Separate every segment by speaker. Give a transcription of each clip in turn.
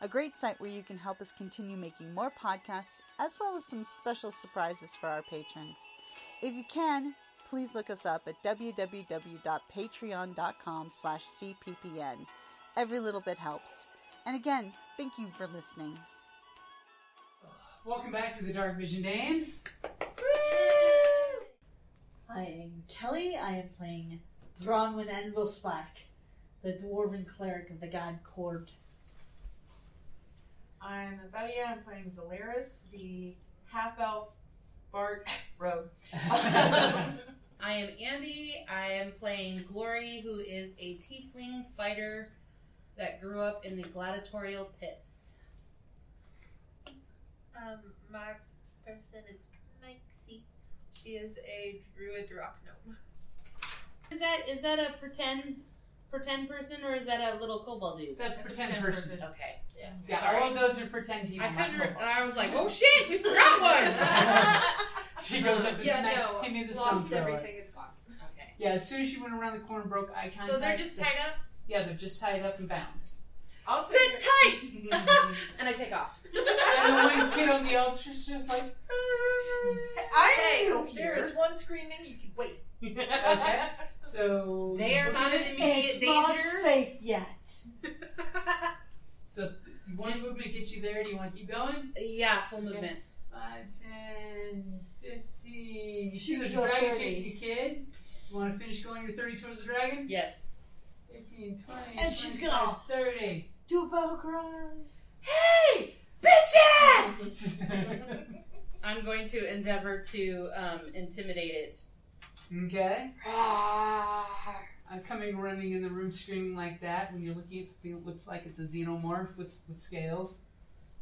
Speaker 1: a great site where you can help us continue making more podcasts, as well as some special surprises for our patrons. If you can, please look us up at www.patreon.com slash cppn. Every little bit helps. And again, thank you for listening.
Speaker 2: Welcome back to the Dark Vision Dames.
Speaker 1: I am Kelly. I am playing Bronwyn Envelsbach, the dwarven cleric of the god Court.
Speaker 3: I'm Athalia. I'm playing Zalaris, the half elf bard rogue.
Speaker 4: I am Andy. I am playing Glory, who is a tiefling fighter that grew up in the gladiatorial pits.
Speaker 5: Um, my person is Maxie. She is a druid rock gnome.
Speaker 4: Is that is that a pretend pretend person or is that a little kobold dude?
Speaker 2: That's a pretend person.
Speaker 4: Okay. Yeah.
Speaker 2: Yeah,
Speaker 4: Sorry.
Speaker 2: all of those are pretend people.
Speaker 4: I
Speaker 2: not
Speaker 4: couldn't.
Speaker 2: real.
Speaker 4: I was like, oh shit, you forgot one.
Speaker 2: she goes up and
Speaker 5: yeah,
Speaker 2: smacks
Speaker 5: no,
Speaker 2: Timmy the
Speaker 5: lost
Speaker 2: Stone Thrower.
Speaker 5: everything. It's gone.
Speaker 4: okay.
Speaker 2: Yeah, as soon as she went around the corner, broke eye contact.
Speaker 4: So they're just tied up.
Speaker 2: Yeah, they're just tied up and bound.
Speaker 3: I'll
Speaker 4: Sit
Speaker 3: sit
Speaker 4: tight. and I take off.
Speaker 2: And the one kid on the altar is just like,
Speaker 3: here. I'm
Speaker 5: Hey,
Speaker 3: still
Speaker 5: there
Speaker 3: here.
Speaker 5: is one screaming. You can wait.
Speaker 2: okay. So
Speaker 4: They are not in immediate
Speaker 1: It's not
Speaker 4: danger.
Speaker 1: safe yet.
Speaker 2: So you want to movement get you there? Do you want to keep going?
Speaker 4: Yeah, full movement.
Speaker 2: Five, ten, fifteen. You see,
Speaker 1: Shoot,
Speaker 2: there's a
Speaker 1: you're
Speaker 2: dragon
Speaker 1: 30.
Speaker 2: chasing a kid. You want to finish going your thirty towards the dragon?
Speaker 4: Yes.
Speaker 2: 15, 20,
Speaker 1: And she's
Speaker 2: 25,
Speaker 1: gonna-
Speaker 2: 30.
Speaker 1: Do a battle cry.
Speaker 4: Hey, bitches! I'm going to endeavor to um, intimidate it.
Speaker 2: okay. I'm coming running in the room screaming like that when you're looking at something that looks like it's a xenomorph with, with scales.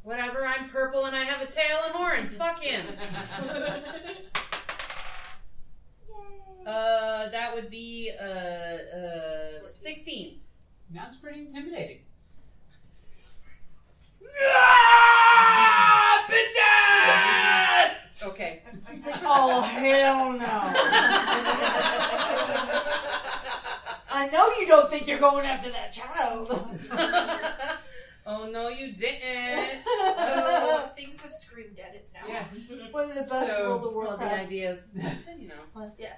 Speaker 4: Whatever, I'm purple and I have a tail and horns. Fuck him. uh, that would be uh, uh, 16.
Speaker 2: That's pretty intimidating.
Speaker 4: Okay.
Speaker 1: He's like, oh hell no! I know you don't think you're going after that child.
Speaker 4: oh no, you didn't.
Speaker 1: One
Speaker 5: Things have screamed at it now.
Speaker 2: Yeah.
Speaker 1: of the best
Speaker 2: So-
Speaker 1: World of
Speaker 4: Well, the
Speaker 1: Warcraft.
Speaker 4: ideas. You know.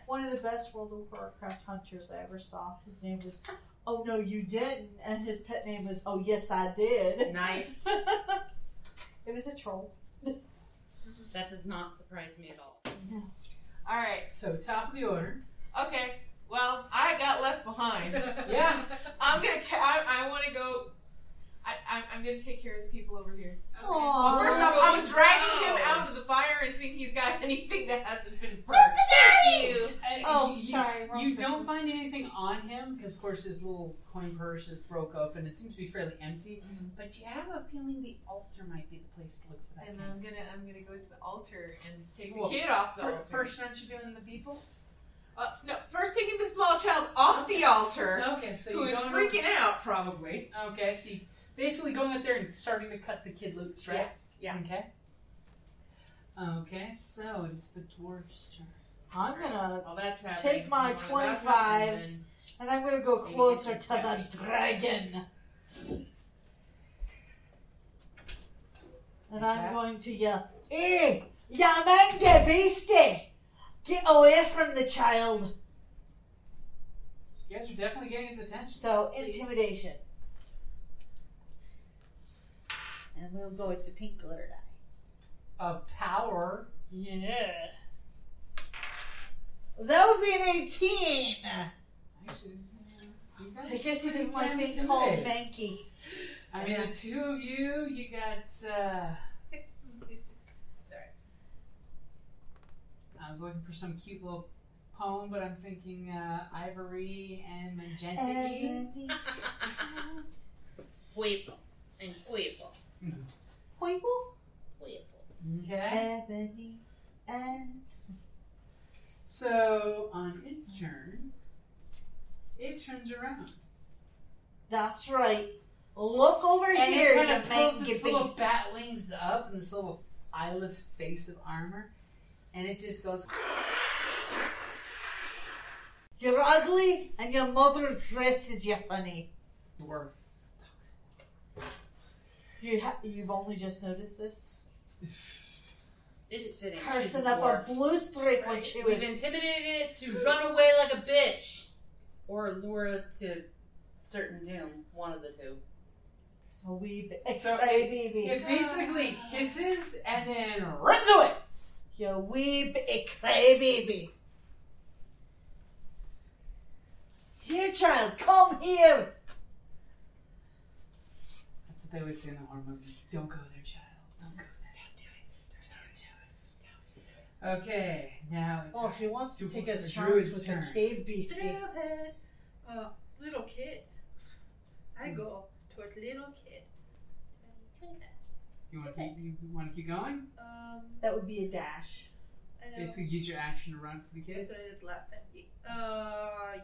Speaker 1: One of the best World of Warcraft hunters I ever saw. His name was Oh no, you didn't, and his pet name was Oh yes, I did.
Speaker 4: Nice.
Speaker 1: it was a troll.
Speaker 4: That does not surprise me at all.
Speaker 3: All right.
Speaker 2: So, top of the order.
Speaker 3: Okay. Well, I got left behind.
Speaker 2: Yeah.
Speaker 3: I'm gonna. Ca- I, I want to go. I, I'm, I'm gonna take care of the people over here.
Speaker 1: Aww.
Speaker 3: Well, first off, I'm dragging him out to the fire and seeing if he's got anything that hasn't been burned.
Speaker 2: Uh, You,
Speaker 1: Oh,
Speaker 2: you-
Speaker 1: sorry, wrong
Speaker 2: You
Speaker 1: person.
Speaker 2: don't find anything on him because, of course, his little coin purse is broke up and it seems to be fairly empty.
Speaker 3: Mm-hmm.
Speaker 2: But you have a feeling the altar might be the place to look for that.
Speaker 3: And
Speaker 2: kind of
Speaker 3: I'm
Speaker 2: stuff.
Speaker 3: gonna I'm gonna go to the altar and take the
Speaker 2: Well,
Speaker 3: kid off the
Speaker 2: Fir-
Speaker 3: altar.
Speaker 2: First, aren't you doing the people?
Speaker 3: Uh, no, first taking the small child off the altar,
Speaker 2: Okay, so
Speaker 3: who
Speaker 2: you
Speaker 3: is
Speaker 2: don't-
Speaker 3: freaking out probably.
Speaker 2: Okay, so you basically going up there and starting to cut the kid loose, right?
Speaker 3: Yeah,
Speaker 2: Okay. Okay, so it's the dwarf's turn.
Speaker 6: I'm gonna
Speaker 3: Well, that's
Speaker 6: Take my
Speaker 3: You wanna laugh
Speaker 6: 25.
Speaker 3: at him,
Speaker 6: and I'm gonna go
Speaker 3: Maybe
Speaker 6: closer
Speaker 3: it's
Speaker 6: to the dragon. And
Speaker 2: Okay.
Speaker 6: I'm going to yell, Eh! Yamanga beastie! Get away from the child!
Speaker 2: You guys are definitely getting his attention.
Speaker 6: So, intimidation.
Speaker 1: And we'll go with the pink glitter die.
Speaker 2: A power.
Speaker 6: Yeah. That would be an 18.
Speaker 2: Actually, yeah. You guys
Speaker 6: I guess he
Speaker 2: are
Speaker 6: doesn't
Speaker 2: pretty
Speaker 6: like being
Speaker 2: damn
Speaker 6: called
Speaker 2: intimidated.
Speaker 6: Mankey.
Speaker 2: I mean, the two of you, you got. uh... Sorry. I was looking for some cute little poem, but I'm thinking uh, ivory and magenta.
Speaker 4: Huevo. And huevo.
Speaker 6: Poinkle?
Speaker 4: Huevo.
Speaker 2: Okay.
Speaker 6: Ebony and
Speaker 2: So on its turn, it turns around
Speaker 6: that's right. Look over
Speaker 2: and
Speaker 6: here,
Speaker 2: it
Speaker 6: you
Speaker 2: kind of pulls
Speaker 6: manky
Speaker 2: its little
Speaker 6: beast.
Speaker 2: bat wings up and this little eyeless face of armor, and it just goes.
Speaker 6: You're ugly, and your mother dresses you funny.
Speaker 2: Dwarf.
Speaker 6: You ha- you've only just noticed this.
Speaker 4: It's fitting. She's
Speaker 6: Cursing up a
Speaker 4: dwarf,
Speaker 6: blue streak when
Speaker 4: right?
Speaker 6: she
Speaker 4: We've
Speaker 6: was.
Speaker 4: intimidated it to run away like a bitch. Or lure us to certain doom. One of the two.
Speaker 6: So we baby.
Speaker 2: So-
Speaker 6: baby.
Speaker 2: It basically hisses and then runs away.
Speaker 6: You wee b- baby. Here, child, come here.
Speaker 2: That's what they would say in the horror movies. Don't go there, child. Don't go there. Don't do it. Don't do it. Don't do it. Okay, now it's.
Speaker 6: Oh, if he wants to
Speaker 2: Dude,
Speaker 6: take his
Speaker 2: the
Speaker 6: chance
Speaker 2: druid's
Speaker 6: with the
Speaker 2: turn.
Speaker 6: cave beastie.
Speaker 5: Stupid. Uh, little kid. I go toward little kid.
Speaker 2: you want to keep, you want to keep going?
Speaker 5: Um,
Speaker 6: That would be a dash.
Speaker 5: I know.
Speaker 2: Basically, use your action to run for the
Speaker 5: That's
Speaker 2: kids.
Speaker 5: what I did last time. Uh,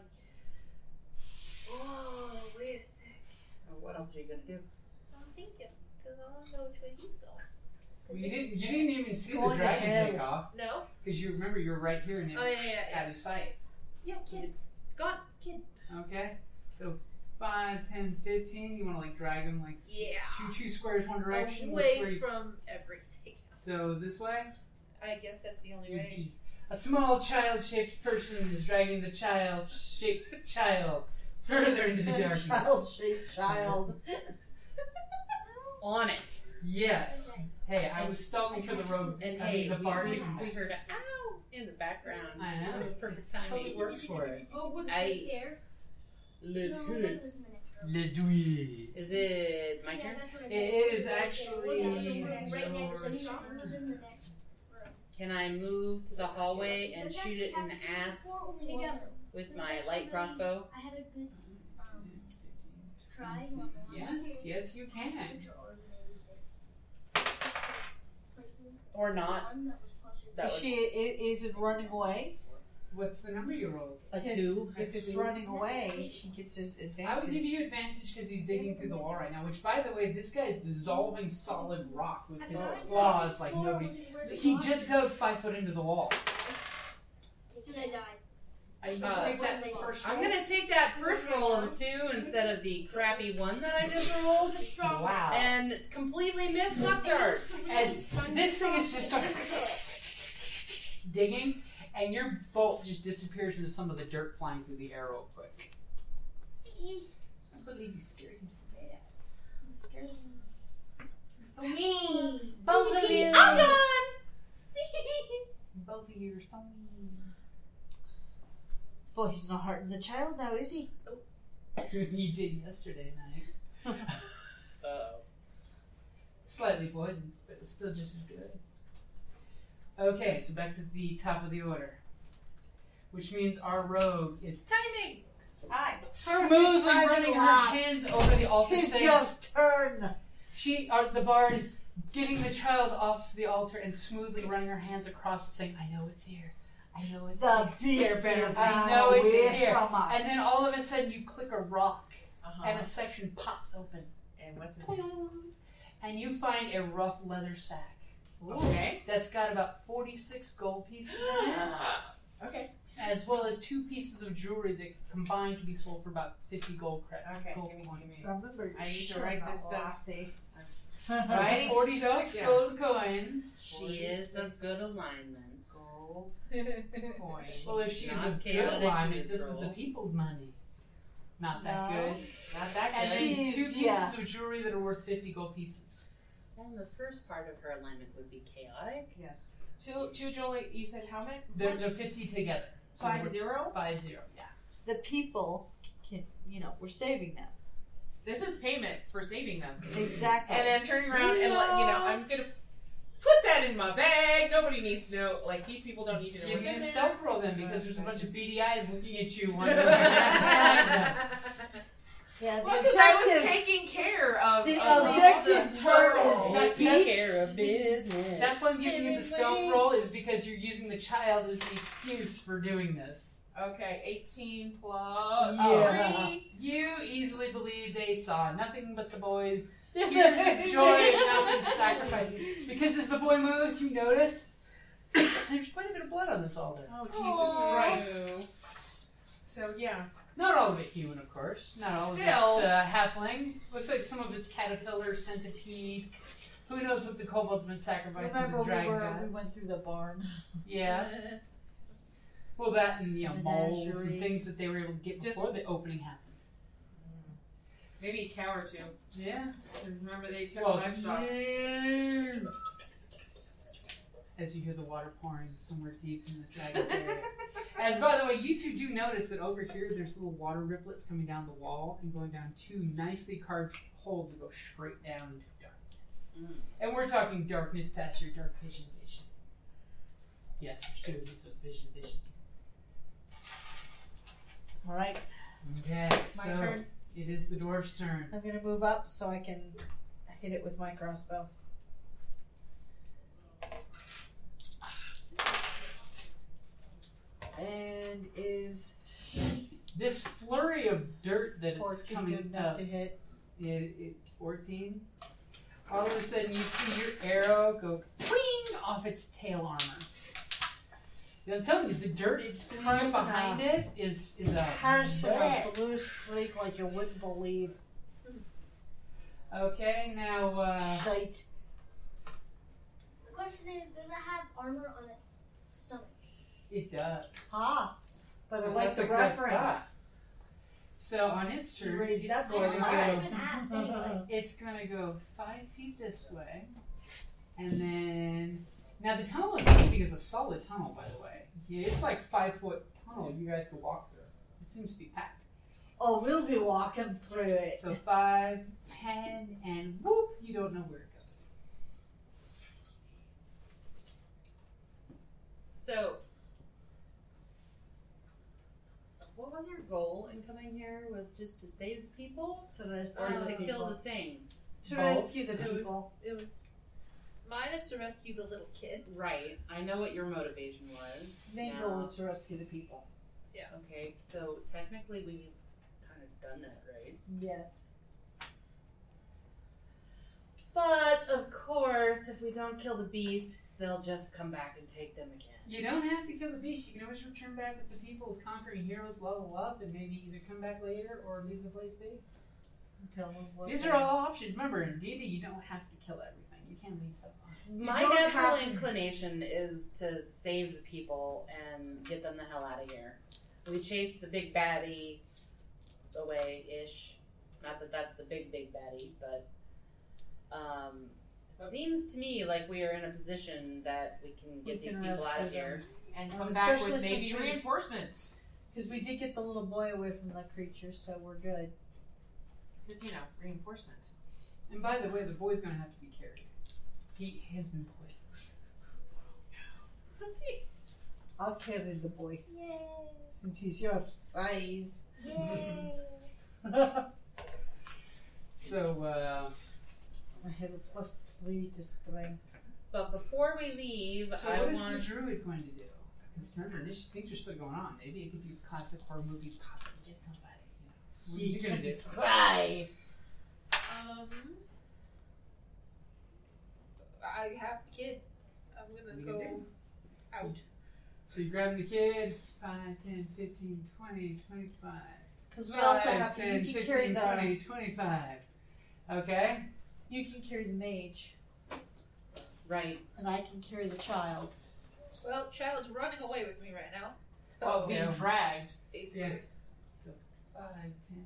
Speaker 5: oh, wait a sec.
Speaker 4: Uh, What else are you gonna do?
Speaker 5: I'm thinking, because I don't know which way he's going.
Speaker 2: Well, you didn't. You didn't even see the
Speaker 6: Going
Speaker 2: dragon
Speaker 6: ahead.
Speaker 2: take off
Speaker 5: No?
Speaker 2: because you remember you were right here and it
Speaker 5: Oh,
Speaker 2: was
Speaker 5: yeah, yeah, yeah.
Speaker 2: out of sight.
Speaker 5: Yeah, kid. It's gone. Kid.
Speaker 2: Okay, so 5, 10, 15, You want to like drag him like s-
Speaker 5: Yeah.
Speaker 2: two two squares one direction. which way
Speaker 5: Away
Speaker 2: you-
Speaker 5: from everything.
Speaker 2: so this way.
Speaker 5: I guess that's the only
Speaker 2: You-
Speaker 5: way.
Speaker 2: you- A small child-shaped person is dragging the child-shaped child further into the
Speaker 6: Child
Speaker 2: darkness.
Speaker 6: shaped child.
Speaker 4: On it.
Speaker 2: Yes. Hey, I was stalling for the road.
Speaker 4: And
Speaker 2: I mean,
Speaker 4: hey,
Speaker 2: the
Speaker 4: we-
Speaker 2: bar.
Speaker 4: we,
Speaker 2: to come
Speaker 4: we
Speaker 2: back.
Speaker 4: heard a ow in the background.
Speaker 2: I know.
Speaker 4: It was perfect
Speaker 2: Totally
Speaker 4: timing.
Speaker 2: works for it.
Speaker 5: Oh, was
Speaker 4: I-
Speaker 5: it here?
Speaker 4: Let's
Speaker 7: No, that was in the next room.
Speaker 2: Let's do it.
Speaker 4: Is it my
Speaker 7: Yeah,
Speaker 4: turn?
Speaker 7: that's what I
Speaker 2: It
Speaker 7: meant.
Speaker 2: is
Speaker 7: Well, that was the
Speaker 2: actually
Speaker 7: room right next to the
Speaker 2: your
Speaker 7: shop. It was in the next room.
Speaker 4: Can I move to the hallway and
Speaker 7: But that
Speaker 4: shoot it in the
Speaker 7: happened
Speaker 4: ass
Speaker 7: before only
Speaker 5: Pick
Speaker 7: once,
Speaker 5: up.
Speaker 7: though.
Speaker 4: with my light crossbow?
Speaker 7: I had a good um, try on the one
Speaker 2: Yes,
Speaker 7: here.
Speaker 2: yes, you can.
Speaker 7: Which are amazing. Places.
Speaker 4: Or not?
Speaker 7: One that was closer
Speaker 4: That
Speaker 6: Is
Speaker 4: was
Speaker 6: she i- is it running away?
Speaker 2: What's the number you rolled?
Speaker 4: a
Speaker 6: Yes,
Speaker 4: two.
Speaker 6: If it's
Speaker 2: Actually.
Speaker 6: running away, she gets his advantage.
Speaker 2: I would give you advantage because he's digging through the wall right now. Which, by the way, this guy is dissolving solid rock with his claws like nobody. He just dug five foot into the wall.
Speaker 7: Did I die?
Speaker 2: Are you
Speaker 4: Uh,
Speaker 2: gonna take that first?
Speaker 4: I'm
Speaker 2: roll?
Speaker 4: gonna take that first roll of a two instead of the crappy one that I just rolled,
Speaker 2: Wow.
Speaker 4: and completely missed luck dart.
Speaker 2: As this thing is just going digging, and your bolt just disappears into some of the dirt flying through the air real quick. I can't believe you scared him so bad.
Speaker 7: Me.
Speaker 4: Both of you.
Speaker 7: I'm
Speaker 4: gone.
Speaker 2: Both of you are fine.
Speaker 6: Well, he's not hurting the child now, is he?
Speaker 2: you did yesterday night. Slightly poisoned, but it's still just as good. Okay, so back to the top of the order. Which means our rogue is
Speaker 3: Timing! Hi.
Speaker 2: smoothly
Speaker 6: timing
Speaker 2: running her
Speaker 6: lap.
Speaker 2: hands over the altar
Speaker 6: Tis
Speaker 2: stake.
Speaker 6: your turn.
Speaker 2: She, uh, the bard, is getting the child off the altar and smoothly running her hands across it, saying, "I know it's here. I know it's
Speaker 6: The
Speaker 2: here."
Speaker 6: beast
Speaker 2: better
Speaker 6: ran
Speaker 2: run know it's
Speaker 6: away
Speaker 2: here.
Speaker 6: from us.
Speaker 2: And then all of a sudden, you click a rock,
Speaker 3: Uh-huh.
Speaker 2: and a section pops open,
Speaker 3: And what's it?
Speaker 2: Poing. and you find a rough leather sack
Speaker 3: Okay.
Speaker 2: that's got about forty-six gold pieces in it,
Speaker 3: Okay.
Speaker 2: as well as two pieces of jewelry that combined can be sold for about fifty gold credit.
Speaker 3: Okay,
Speaker 2: gold
Speaker 3: give me-
Speaker 2: coins.
Speaker 3: give me.
Speaker 6: So I remember
Speaker 3: I
Speaker 6: you
Speaker 3: need to
Speaker 6: showing
Speaker 3: write
Speaker 6: that
Speaker 3: this down.
Speaker 6: Lassie.
Speaker 2: So
Speaker 3: Writing
Speaker 2: Forty-six
Speaker 3: stuff, yeah.
Speaker 2: gold coins.
Speaker 4: She is of good alignment.
Speaker 3: Gold
Speaker 5: Coin.
Speaker 3: coins.
Speaker 2: Well, if she's a
Speaker 4: Not
Speaker 2: good
Speaker 4: chaotic
Speaker 2: alignment, this is
Speaker 4: neutral.
Speaker 2: the people's money. Not that
Speaker 6: No.
Speaker 2: good.
Speaker 3: Not that
Speaker 2: And
Speaker 3: good.
Speaker 2: then two
Speaker 6: She's-
Speaker 2: pieces
Speaker 6: yeah.
Speaker 2: of jewelry that are worth 50 gold pieces.
Speaker 4: Then the first part of her alignment would be chaotic.
Speaker 3: Yes. Two, two, Julie. You said how many?
Speaker 2: They're, they're 50 together. So
Speaker 3: Five
Speaker 2: we're-
Speaker 3: zero.
Speaker 2: Five zero. Yeah.
Speaker 6: The people can, you know, we're saving them.
Speaker 3: This is payment for saving them,
Speaker 6: Exactly.
Speaker 3: and then turning around and let you know I'm gonna put that in my bag. Nobody needs to know. Like these people don't need to know.
Speaker 2: Give
Speaker 3: what's
Speaker 2: me a
Speaker 3: in there.
Speaker 2: stealth roll then, because there's a bunch of beady eyes looking at you wondering what happened.
Speaker 6: yeah, the
Speaker 3: Well, because I was
Speaker 6: objective,
Speaker 3: taking care of
Speaker 6: the
Speaker 3: of
Speaker 6: objective
Speaker 3: the
Speaker 6: term
Speaker 3: girl.
Speaker 6: is
Speaker 2: Take
Speaker 4: care of
Speaker 6: peace.
Speaker 4: business.
Speaker 2: That's why I'm giving you the stealth roll, is because you're using the child as the excuse for doing this.
Speaker 3: Okay, 18 plus
Speaker 6: Yeah.
Speaker 3: three.
Speaker 2: You easily believe they saw nothing but the boys. Tears of joy and nothing sacrificed. Because as the boy moves, you notice there's quite a bit of blood on this altar.
Speaker 3: Oh, Jesus
Speaker 6: Aw.
Speaker 3: Christ. So, yeah.
Speaker 2: Not all of it human, of course. Not all of it
Speaker 3: Still.
Speaker 2: uh, halfling. Looks like some of it's caterpillar, centipede. Who knows what the kobold's been sacrificing to
Speaker 6: Remember
Speaker 2: the
Speaker 6: we
Speaker 2: dragon
Speaker 6: were
Speaker 2: god?
Speaker 6: we went through the barn.
Speaker 2: Yeah. Well, that and you know, moles and
Speaker 6: Menagerie.
Speaker 2: things that they were able to get
Speaker 3: Just-
Speaker 2: before the opening happened.
Speaker 3: Maybe a cow or two.
Speaker 2: Yeah.
Speaker 3: 'Cause Remember, they took
Speaker 2: Well,
Speaker 4: Oh,
Speaker 3: livestock.
Speaker 2: As you hear the water pouring somewhere deep in the dragon's area. As by the way, you two do notice that over here there's little water riplets coming down the wall and going down two nicely carved holes that go straight down into darkness.
Speaker 6: Hmm.
Speaker 4: Mm.
Speaker 2: And we're talking darkness past your dark vision vision. Yes, there's two of you, so it's vision vision.
Speaker 6: All right,
Speaker 2: Okay,
Speaker 6: my
Speaker 2: so
Speaker 6: turn.
Speaker 2: it is the dwarf's turn.
Speaker 6: I'm gonna move up so I can hit it with my crossbow. And is
Speaker 2: This flurry of dirt that is
Speaker 6: 14 good
Speaker 2: coming
Speaker 6: enough
Speaker 2: up
Speaker 6: to hit?
Speaker 2: it, it, 14. All of a sudden, you see your arrow go wing off its tail armor. And I'm telling you, the dirt it's filling up
Speaker 6: Personal.
Speaker 2: behind it is is a
Speaker 6: Has a
Speaker 2: wreck.
Speaker 6: blue streak like you wouldn't believe.
Speaker 2: Okay, now uh,
Speaker 6: Shite.
Speaker 7: The question is, does it have armor on its stomach?
Speaker 2: it does.
Speaker 6: Ah, but I
Speaker 2: Well,
Speaker 6: like
Speaker 2: that's a
Speaker 6: the
Speaker 2: good
Speaker 6: reference.
Speaker 2: So on its
Speaker 6: You
Speaker 2: turn,
Speaker 6: raised
Speaker 2: it's
Speaker 6: that
Speaker 7: I
Speaker 6: boy
Speaker 2: going
Speaker 7: don't
Speaker 2: to
Speaker 7: know, I
Speaker 2: go.
Speaker 7: haven't asked anyways.
Speaker 2: It's going to go five feet this way, and then now the tunnel it's keeping is a solid tunnel, by the way. Yeah, it's like five foot tunnel you guys could walk through. It seems to be packed.
Speaker 6: Oh, we'll be walking through it.
Speaker 2: So five, ten, and whoop, you don't know where it goes.
Speaker 4: So, what was her goal in coming here? Was just to save people
Speaker 6: To rescue
Speaker 4: or
Speaker 6: the
Speaker 4: to kill the
Speaker 6: people.
Speaker 4: thing?
Speaker 6: To
Speaker 2: both.
Speaker 6: rescue the people.
Speaker 5: It was mine is to rescue the little kid.
Speaker 4: Right. I know what your motivation was.
Speaker 6: Main
Speaker 4: now.
Speaker 6: goal is to rescue the people.
Speaker 4: Okay, so technically we've kind of done that, right?
Speaker 6: Yes.
Speaker 4: But of course, if we don't kill the beasts, they'll just come back and take them again.
Speaker 2: You don't have to kill the beast. You can always return back with the people with conquering heroes level up and maybe either come back later or leave the place be.
Speaker 6: Tell them what
Speaker 2: These are all options. Remember, in D&D, you don't have to kill everything. You can leave stuff on.
Speaker 4: My
Speaker 6: don't
Speaker 4: natural
Speaker 6: have to-
Speaker 4: inclination is to save the people and get them the hell out of here. We chase the big baddie away ish. Not that that's the big, big baddie, but um, it seems to me like we are in a position that we can
Speaker 6: We
Speaker 4: get these
Speaker 6: can
Speaker 4: people out of
Speaker 6: rescue
Speaker 4: here.
Speaker 3: And
Speaker 6: Um,
Speaker 3: come back
Speaker 6: especially
Speaker 3: with maybe
Speaker 6: since we-
Speaker 3: reinforcements.
Speaker 6: Because we did get the little boy away from the creature, so we're good.
Speaker 3: Because, you know, reinforcements.
Speaker 2: And by the way, the boy's going to have to be carried. He has been poisoned.
Speaker 6: I'll carry the boy
Speaker 7: Yay!
Speaker 6: since he's your size.
Speaker 5: Um,
Speaker 7: Yay!
Speaker 6: I
Speaker 2: So, uh,
Speaker 6: have a plus three to strength.
Speaker 4: But before we leave,
Speaker 2: so
Speaker 4: I
Speaker 2: what is
Speaker 4: want
Speaker 2: the druid going to do? Because remember, this, things are still going on. Maybe it could be a classic horror movie pop and get somebody. You know. What are you going to do?
Speaker 6: Cry.
Speaker 5: Um, I have the kid. I'm gonna
Speaker 2: You
Speaker 5: go
Speaker 2: do?
Speaker 5: out.
Speaker 2: So you grab the kid, 5, 10, 15, 20, 25.
Speaker 6: Because we also
Speaker 2: Five,
Speaker 6: have to,
Speaker 2: 10,
Speaker 6: you can carry the
Speaker 2: 20, 25. Okay?
Speaker 6: you can carry the mage,
Speaker 4: right.
Speaker 6: and I can carry the child.
Speaker 5: Well, child's running away with me right now. So
Speaker 2: Oh,
Speaker 3: being
Speaker 2: yeah.
Speaker 3: dragged.
Speaker 5: basically,
Speaker 2: yeah. 5, 10, 15,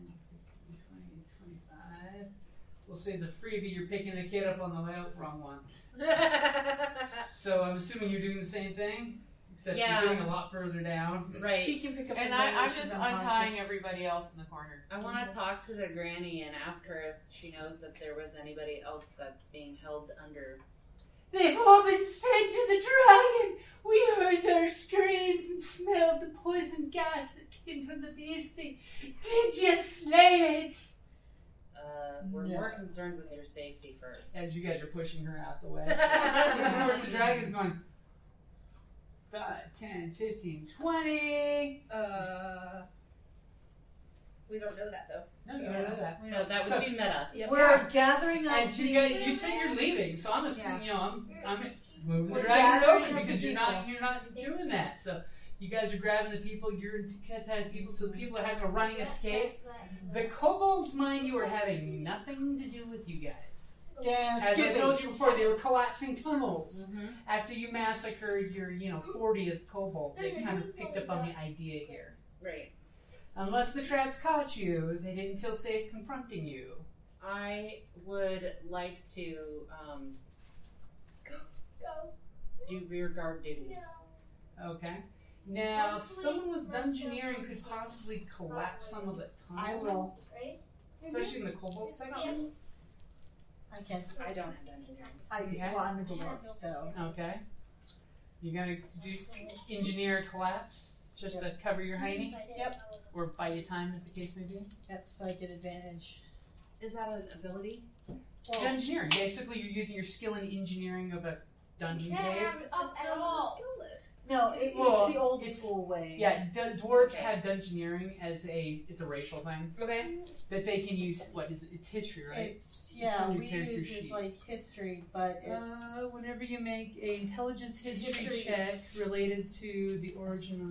Speaker 2: 20, 25. We'll say it's a freebie. You're picking the kid up on the way out. Wrong one.
Speaker 4: right.
Speaker 2: So I'm assuming you're doing the same thing, except
Speaker 4: Yeah.
Speaker 2: you're getting a lot further down.
Speaker 6: She can pick up
Speaker 3: And
Speaker 6: the
Speaker 3: I, I'm
Speaker 6: she's
Speaker 3: just
Speaker 6: unconscious.
Speaker 3: untying everybody else in the corner.
Speaker 4: I want to talk to the granny and ask her if she knows that there was anybody else that's being held under.
Speaker 2: They've all been fed to the dragon. We heard their screams and smelled the poison gas that came from the beastie. Did you slay it?
Speaker 4: Uh, we're
Speaker 2: No.
Speaker 4: more concerned with your safety first.
Speaker 2: As you guys are pushing her out the way. Because of course the dragon's going. Five, 10, 15, 20.
Speaker 5: Uh, we don't know that though.
Speaker 2: No, you don't know that.
Speaker 4: We know that would
Speaker 2: So-
Speaker 4: be meta.
Speaker 6: We're gathering up
Speaker 2: As you
Speaker 6: the-
Speaker 2: guys, you said you're leaving, so I'm assuming, you know, I'm, I'm moving the
Speaker 6: We're
Speaker 2: dragon
Speaker 6: gathering
Speaker 2: over
Speaker 6: up the
Speaker 2: because you're not you're not doing that. So you guys are grabbing the people, you're in contact people, so the people are having a running escape. The kobolds, mind you, are having nothing to do with you guys.
Speaker 6: Damn,
Speaker 2: As I told
Speaker 6: Skippy.
Speaker 2: you before, they were collapsing tunnels
Speaker 4: Mhm.
Speaker 2: after you massacred your, you know, 40th kobold. They kind of picked up on the idea here.
Speaker 4: Right.
Speaker 2: Unless the traps caught you, they didn't feel safe confronting you.
Speaker 4: I would like to um,
Speaker 7: Go.
Speaker 4: do rear guard duty.
Speaker 2: Okay. Now, someone with dungeoneering could possibly collapse some of the tunnels.
Speaker 6: I will.
Speaker 7: Right?
Speaker 2: Especially in the cobalt section.
Speaker 6: I can.
Speaker 4: I don't have engineering.
Speaker 6: I do.
Speaker 2: Okay.
Speaker 6: Well, I'm a dwarf, so.
Speaker 2: Okay. You're gonna do engineer collapse just to cover your hiney,
Speaker 6: Yep.
Speaker 2: or bite your time, as the case may be.
Speaker 6: Yep, so I get advantage.
Speaker 4: Is that an ability?
Speaker 2: It's engineering. Basically, you're using your skill in engineering of a dungeon cave.
Speaker 7: Yeah, up at
Speaker 6: Oh.
Speaker 7: all.
Speaker 6: No, it,
Speaker 2: Well,
Speaker 6: it's the old
Speaker 2: it's-
Speaker 6: school way.
Speaker 2: Yeah, d- dwarves
Speaker 4: Okay.
Speaker 2: have dungeoneering as a it's a racial thing
Speaker 4: Okay.
Speaker 2: that they can use. What is it? It's history, right?
Speaker 6: It's yeah,
Speaker 2: on your
Speaker 6: we
Speaker 2: character
Speaker 6: use
Speaker 2: sheet.
Speaker 6: it like history, but it's
Speaker 2: Uh, whenever you make a intelligence history,
Speaker 6: History.
Speaker 2: check related to the origin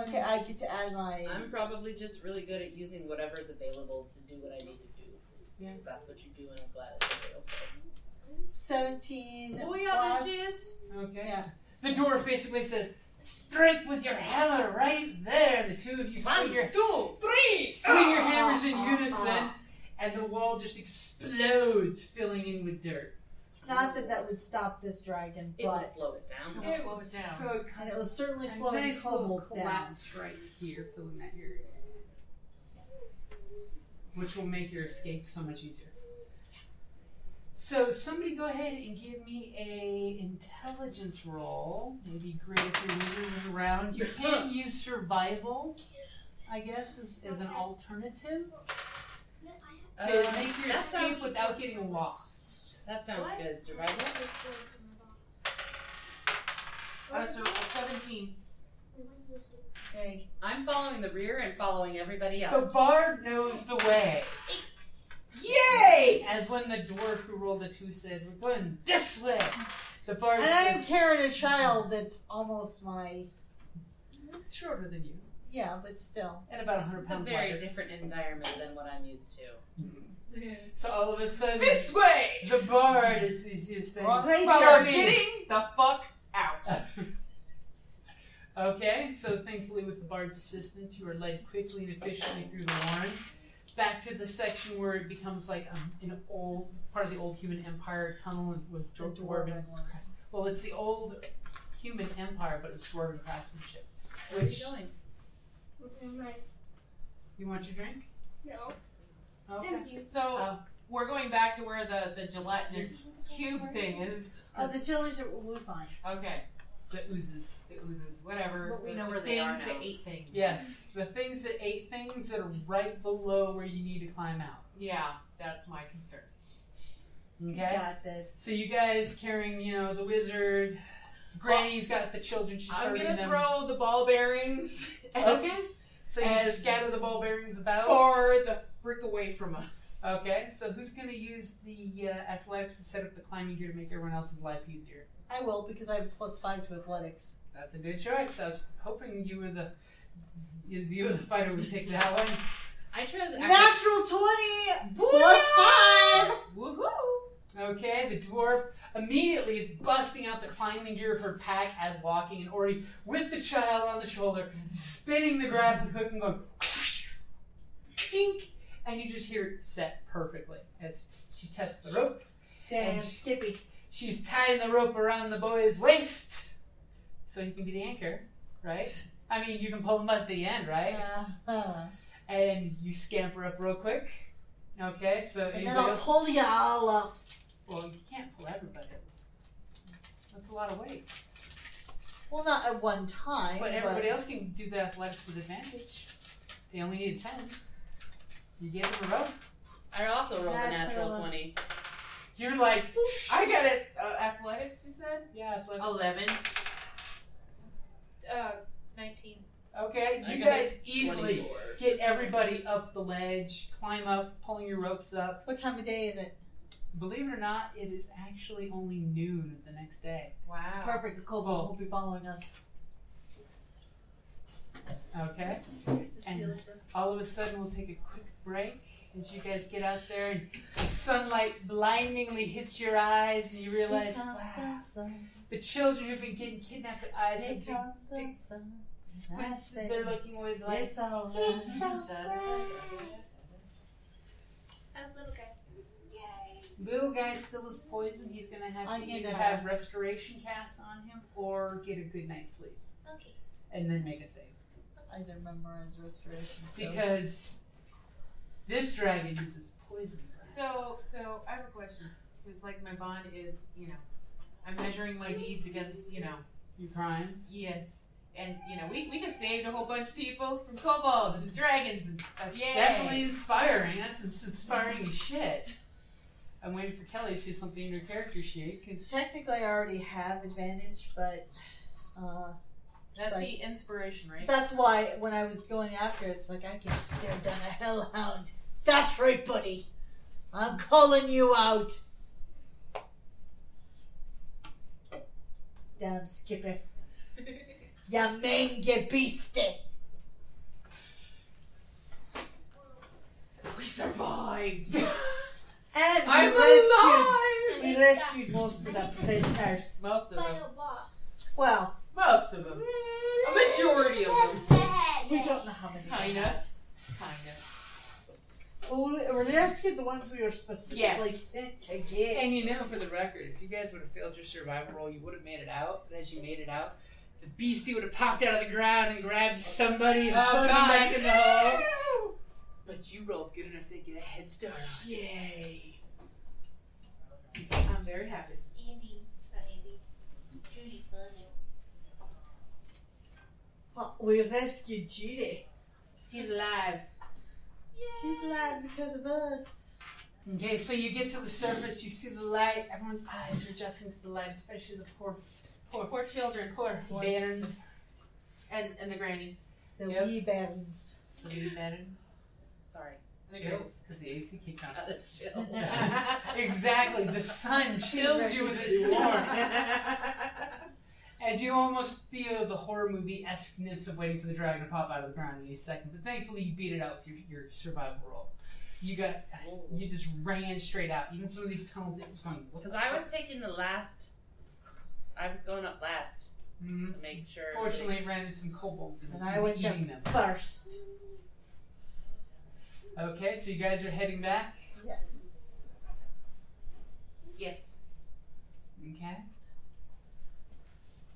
Speaker 2: of
Speaker 6: okay. I get to add my
Speaker 4: I'm probably just really good at using whatever's available to do what I need to do.
Speaker 2: Yeah.
Speaker 4: Because that's what you do, and I'm glad it's available.
Speaker 6: seventeen
Speaker 2: Oh,
Speaker 3: Booyah,
Speaker 6: plus.
Speaker 3: bitches.
Speaker 2: Okay.
Speaker 6: Yeah.
Speaker 2: The dwarf basically says, "Strike with your hammer right there." The two of you swing your
Speaker 3: two, three.
Speaker 2: swing your hammers in
Speaker 6: Ah, ah,
Speaker 2: unison,
Speaker 6: ah.
Speaker 2: and the wall just explodes, filling in with dirt.
Speaker 6: Not that that would stop this dragon,
Speaker 4: It will
Speaker 6: but
Speaker 4: slow it down.
Speaker 2: It
Speaker 3: Slow it down.
Speaker 2: So it
Speaker 6: and
Speaker 2: kind
Speaker 6: it
Speaker 2: of
Speaker 6: was certainly
Speaker 2: a
Speaker 6: slowing
Speaker 2: nice little
Speaker 6: kobolds down.
Speaker 2: collapse right here, filling that area, which will make your escape so much easier. So somebody go ahead and give me a intelligence roll. Maybe great if your wizard was around. You can use survival, I guess, as, as an alternative to
Speaker 4: Uh,
Speaker 2: make your escape
Speaker 4: that sounds-
Speaker 2: without getting lost.
Speaker 4: That sounds
Speaker 5: What?
Speaker 4: good. Survival.
Speaker 2: Oh,
Speaker 3: Uh, so seventeen.
Speaker 6: Okay.
Speaker 4: I'm following the rear and following everybody
Speaker 2: The
Speaker 4: else.
Speaker 2: bard knows the way.
Speaker 3: Yay!
Speaker 2: As when the dwarf who rolled a two said, "We're going this way." The bard
Speaker 6: And I am carrying a child that's almost my
Speaker 2: It's shorter than you.
Speaker 6: yeah, but still.
Speaker 2: And about
Speaker 4: This
Speaker 2: 100
Speaker 4: is a
Speaker 2: pounds
Speaker 4: very
Speaker 2: lighter.
Speaker 4: different environment than what I'm used to.
Speaker 2: So all of a sudden,
Speaker 3: This way.
Speaker 2: the bard is, is just saying,
Speaker 6: Well, hey,
Speaker 2: follow
Speaker 3: You're
Speaker 2: me.
Speaker 3: getting the fuck out.
Speaker 2: okay, so thankfully with the bard's assistance, you are led quickly and efficiently through the warren. Back to the section where it becomes like um, an old part of the old human empire tunnel with dwar-
Speaker 6: The dwarven
Speaker 2: dwarven. crafts- Well, it's the old human empire, but it's dwarven craftsmanship.
Speaker 4: Where are
Speaker 2: Which
Speaker 4: you going?
Speaker 2: you want your drink?
Speaker 7: No.
Speaker 2: Okay.
Speaker 7: Thank you.
Speaker 3: So
Speaker 2: Oh.
Speaker 3: we're going back to where the the gelatinous cube thing is.
Speaker 6: Oh, the chilies are we're fine.
Speaker 3: Okay,
Speaker 2: The oozes.
Speaker 3: the oozes, whatever.
Speaker 4: But we
Speaker 3: the,
Speaker 4: know
Speaker 3: the
Speaker 4: where
Speaker 3: things
Speaker 4: they are now.
Speaker 3: that ate things.
Speaker 2: Yes, the things that ate things that are right below where you need to climb out.
Speaker 3: Yeah, that's my concern.
Speaker 2: Okay.
Speaker 6: We got this.
Speaker 2: So you guys carrying, you know, the wizard. Granny's got the children. She's
Speaker 3: I'm
Speaker 2: starting
Speaker 3: gonna
Speaker 2: them.
Speaker 3: throw the ball bearings. as
Speaker 2: Okay. Oh. So you
Speaker 3: as-
Speaker 2: scatter the ball bearings about.
Speaker 3: Far the frick away from us.
Speaker 2: Okay. So who's gonna use the uh, athletics to set up the climbing gear to make everyone else's life easier?
Speaker 6: I will because I have plus five to athletics.
Speaker 2: That's a good choice. I was hoping you were the you, you were the fighter would pick that one.
Speaker 4: I chose. actually-
Speaker 6: Natural twenty plus five.
Speaker 3: Woohoo!
Speaker 2: Okay, the dwarf immediately is busting out the climbing gear of her pack as walking, and Ori, with the child on the shoulder, spinning the grappling hook and going, dink, and you just hear it set perfectly as she tests the rope.
Speaker 6: Damn,
Speaker 2: And-
Speaker 6: Skippy.
Speaker 2: She's tying the rope around the boy's waist so he can be the anchor, right? I mean, you can pull him at the end, right?
Speaker 6: Uh-huh.
Speaker 2: And you scamper up real quick. Okay, so
Speaker 6: And then
Speaker 2: anybody
Speaker 6: I'll
Speaker 2: else?
Speaker 6: pull you all up.
Speaker 2: well, you can't pull everybody. That's, that's a lot of weight.
Speaker 6: Well, not at one time.
Speaker 2: But everybody else can do the athletics with advantage. They only need ten. You gave them a rope.
Speaker 4: I also rolled a
Speaker 6: Natural
Speaker 4: natural
Speaker 6: one.
Speaker 4: 20.
Speaker 2: You're like,
Speaker 3: I got it. Uh, athletics, you said?
Speaker 2: yeah, athletics.
Speaker 3: Eleven.
Speaker 5: Uh, 19.
Speaker 2: Okay,
Speaker 4: I
Speaker 2: you
Speaker 4: got
Speaker 2: guys easily
Speaker 4: 24.
Speaker 2: get everybody up the ledge, climb up, pulling your ropes up.
Speaker 6: What time of day is it?
Speaker 2: Believe it or not, it is actually only noon of the next day.
Speaker 3: Wow.
Speaker 6: Perfect. The kobolds
Speaker 2: Oh.
Speaker 6: will be following us.
Speaker 2: Okay? And all of a sudden, we'll take a quick break as you guys get out there and the sunlight blindingly hits your eyes and you realize, wow, the children who've been getting kidnapped, their eyes have big big squints as they're looking away like,
Speaker 6: It's all
Speaker 7: It's
Speaker 6: right.
Speaker 5: As little guy.
Speaker 2: Little guy still is poisoned. He's gonna have
Speaker 6: I'm
Speaker 2: to
Speaker 6: gonna-
Speaker 2: either have restoration cast on him or get a good night's sleep
Speaker 5: Okay.
Speaker 2: and then make a save.
Speaker 6: I didn't memorize restoration. So.
Speaker 2: Because this dragon uses poison.
Speaker 3: So, so I have a question. Because like my bond is, you know, I'm measuring my deeds against, you know,
Speaker 2: Your crimes.
Speaker 3: yes, and you know, we, we just saved a whole bunch of people from kobolds and dragons and uh,
Speaker 2: That's
Speaker 3: Yay.
Speaker 2: definitely inspiring. That's it's inspiring as shit. I'm waiting for Kelly to see something in her character sheet because
Speaker 6: Technically, I already have advantage, but uh,
Speaker 3: that's
Speaker 6: Like-
Speaker 3: the inspiration, right?
Speaker 6: that's why when I was going after it, it's like I can stare down a hellhound. That's right, buddy. I'm calling you out. Damn, Skipper. Ya mange beastie.
Speaker 3: We survived.
Speaker 6: And we
Speaker 3: I'm
Speaker 6: rescued,
Speaker 3: alive.
Speaker 6: we rescued most of the prisoners.
Speaker 3: Most of
Speaker 7: By
Speaker 3: them.
Speaker 7: a boss.
Speaker 6: Well,
Speaker 3: Most of them. A majority of them.
Speaker 6: we don't know how many.
Speaker 3: Kinda. Kinda.
Speaker 6: Well, we we rescued the ones we were specifically
Speaker 3: Yes.
Speaker 6: sent to get.
Speaker 2: and you know for the record, if you guys would have failed your survival roll, you would have made it out. But as you made it out, the beastie would have popped out of the ground and grabbed somebody and
Speaker 3: Oh,
Speaker 2: put them
Speaker 3: God.
Speaker 2: back in the hole. But you rolled good enough to get a head start.
Speaker 3: Yay. I'm very happy.
Speaker 5: Andy. Not Andy. Judy Fuzzy.
Speaker 6: Well, we rescued Judy.
Speaker 3: She's alive.
Speaker 6: She's alive because of us.
Speaker 2: Okay, so you get to the surface, you see the light, everyone's eyes are adjusting to the light, especially the poor,
Speaker 3: Poor, poor children.
Speaker 2: poor
Speaker 6: Boys.
Speaker 2: bairns.
Speaker 3: And and the granny.
Speaker 6: The
Speaker 2: Yep.
Speaker 6: wee bairns.
Speaker 2: Three bairns.
Speaker 4: Sorry.
Speaker 3: The
Speaker 2: Chills, because the AC kicked on.
Speaker 4: Got a chill.
Speaker 3: granny.
Speaker 2: Exactly, the sun chills you with its warmth as you almost feel the horror movie esqueness of waiting for the dragon to pop out of the ground any second. But thankfully, you beat it out with your, your survival roll. You got, you just ran straight out. Even some of these tunnels, it was going. what the
Speaker 4: Because I was
Speaker 2: fuck?
Speaker 4: taking the last. I was going up last
Speaker 2: Mhm.
Speaker 4: to make sure.
Speaker 2: Fortunately, it ran into some kobolds and,
Speaker 6: And
Speaker 2: it
Speaker 6: I
Speaker 2: was
Speaker 6: went to-
Speaker 2: eating them.
Speaker 6: First.
Speaker 2: Okay, so you guys are heading back.
Speaker 6: Yes.
Speaker 3: yes.
Speaker 2: Okay.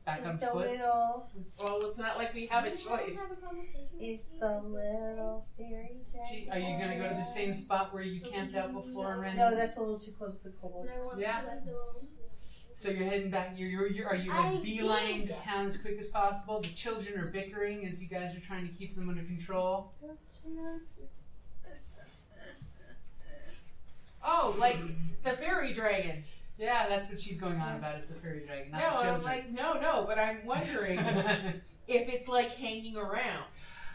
Speaker 2: Back on
Speaker 6: It's the
Speaker 2: foot.
Speaker 6: little,
Speaker 3: Well, it's not like we have a choice.
Speaker 6: it's the little fairy
Speaker 2: Gee, Are you gonna go to the same spot where you camped out before and ran?
Speaker 6: No,
Speaker 2: in?
Speaker 6: that's a little too close to the kobolds.
Speaker 2: Yeah. So you're heading back. You're, you're, you're are you like
Speaker 7: I
Speaker 2: beelining
Speaker 7: did.
Speaker 2: to town as quick as possible? The children are bickering as you guys are trying to keep them under control.
Speaker 3: Oh, like the fairy dragon.
Speaker 2: Yeah, that's what she's going on about. It's the fairy dragon, not
Speaker 3: no,
Speaker 2: the
Speaker 3: I'm
Speaker 2: children.
Speaker 3: like, no, no, but I'm wondering if it's like hanging around.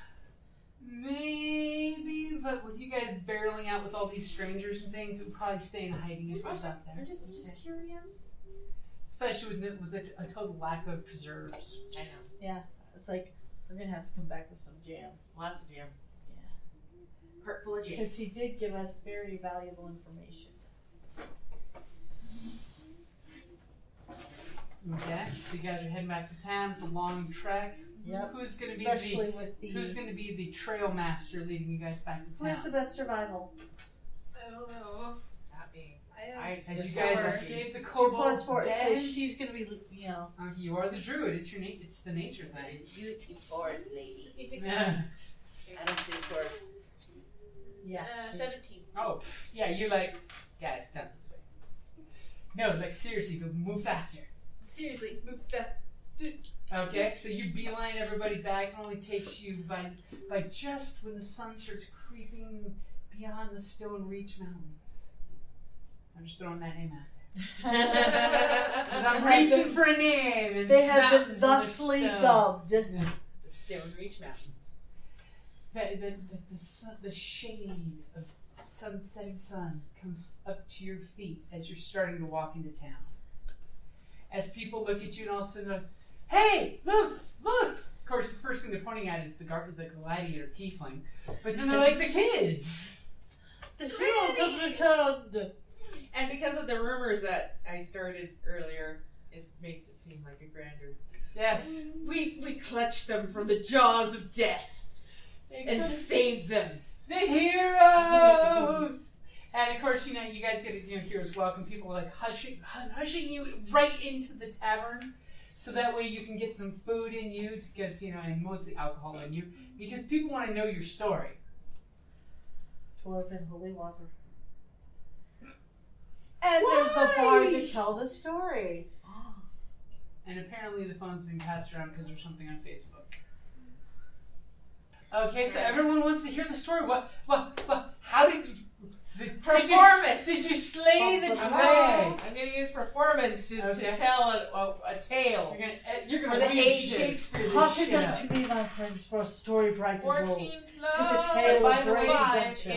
Speaker 2: Maybe, but with you guys barreling out with all these strangers and things, it would probably stay in hiding if it was out there.
Speaker 3: I'm just, I'm just curious.
Speaker 2: Especially with, the, with a, a total lack of preserves.
Speaker 3: I know.
Speaker 6: It's like, we're gonna have to come back with some jam.
Speaker 3: Lots of jam. Yeah. Hurtful of jam.
Speaker 6: Because he did give us very valuable information.
Speaker 2: Okay, so you guys are heading back to town. It's a long trek.
Speaker 6: Yep.
Speaker 2: Who's going to be
Speaker 6: Especially
Speaker 2: the
Speaker 6: with the.
Speaker 2: Who's going to be the trail master leading you guys back to
Speaker 6: who has the
Speaker 2: town?
Speaker 6: best survival?
Speaker 5: I don't know.
Speaker 3: Not me.
Speaker 5: I uh, don't.
Speaker 3: I,
Speaker 2: As
Speaker 3: just
Speaker 2: you guys
Speaker 3: four.
Speaker 2: escape the
Speaker 6: You're
Speaker 2: kobold's
Speaker 6: plus four,
Speaker 2: den,
Speaker 6: so she's going to be, you know.
Speaker 2: um, you are the druid. It's your na- It's the nature thing.
Speaker 4: Beauty forest lady. I don't do forests.
Speaker 6: Yeah.
Speaker 5: uh,
Speaker 6: she-
Speaker 5: Seventeen.
Speaker 2: oh, yeah. You're like, guys, that's this way. No, like seriously, go move faster.
Speaker 5: Seriously, move fast.
Speaker 2: Okay, so you beeline everybody back. It only takes you by by just when the sun starts creeping beyond the Stone Reach Mountains. I'm just throwing that name out there.
Speaker 3: Not
Speaker 2: 'Cause
Speaker 6: They
Speaker 2: I'm
Speaker 6: have
Speaker 2: reaching
Speaker 6: been-
Speaker 2: for a name, and
Speaker 6: they
Speaker 2: it's
Speaker 6: have been
Speaker 2: mountains and they're
Speaker 6: thusly
Speaker 2: stone.
Speaker 6: dubbed.
Speaker 2: The Stone Reach Mountains. The the the, the, sun, the shade of sunsetting sun comes up to your feet as you're starting to walk into town. As people look at you and all of a sudden, like, hey, look, look! Of course, the first thing they're pointing at is the gar- the gladiator tiefling, but then they're like the kids.
Speaker 6: The heroes have returned.
Speaker 3: And because of the rumors that I started earlier, it makes it seem like a grander.
Speaker 2: Yes,
Speaker 4: Mm-hmm.
Speaker 3: We we clutched them from the jaws of death
Speaker 2: They
Speaker 3: and
Speaker 2: come-
Speaker 3: saved them.
Speaker 2: the heroes. And of course, you know, you guys get to, you know, heroes welcome. People are like hushing, hu- hushing you right into the tavern, so that way you can get some food in you, because you know, and mostly alcohol in you, because people want to know your story.
Speaker 6: Dwarf and holy water. And there's the bar to tell the story.
Speaker 2: And apparently, the phone's been passed around because there's something on Facebook. Okay, so everyone wants to hear the story. What? What? What? How did? You, the, did you, s-
Speaker 3: Performance.
Speaker 2: did you slay the
Speaker 6: Performance.
Speaker 3: I'm
Speaker 2: dragon?
Speaker 3: gonna, I'm gonna use performance to,
Speaker 2: Okay.
Speaker 3: to tell a, a, a
Speaker 2: You're
Speaker 3: tale.
Speaker 2: gonna, eh, you're
Speaker 3: For
Speaker 2: gonna
Speaker 3: the
Speaker 2: read
Speaker 3: ages.
Speaker 2: Shakespeare. this
Speaker 6: Pocket
Speaker 2: shit up.
Speaker 6: unto me, my friends, for a story bright and bold.
Speaker 3: Fourteen
Speaker 6: This is
Speaker 3: plus
Speaker 6: a tale
Speaker 3: by Eh,
Speaker 2: of
Speaker 3: the
Speaker 2: great
Speaker 3: way,
Speaker 6: adventure.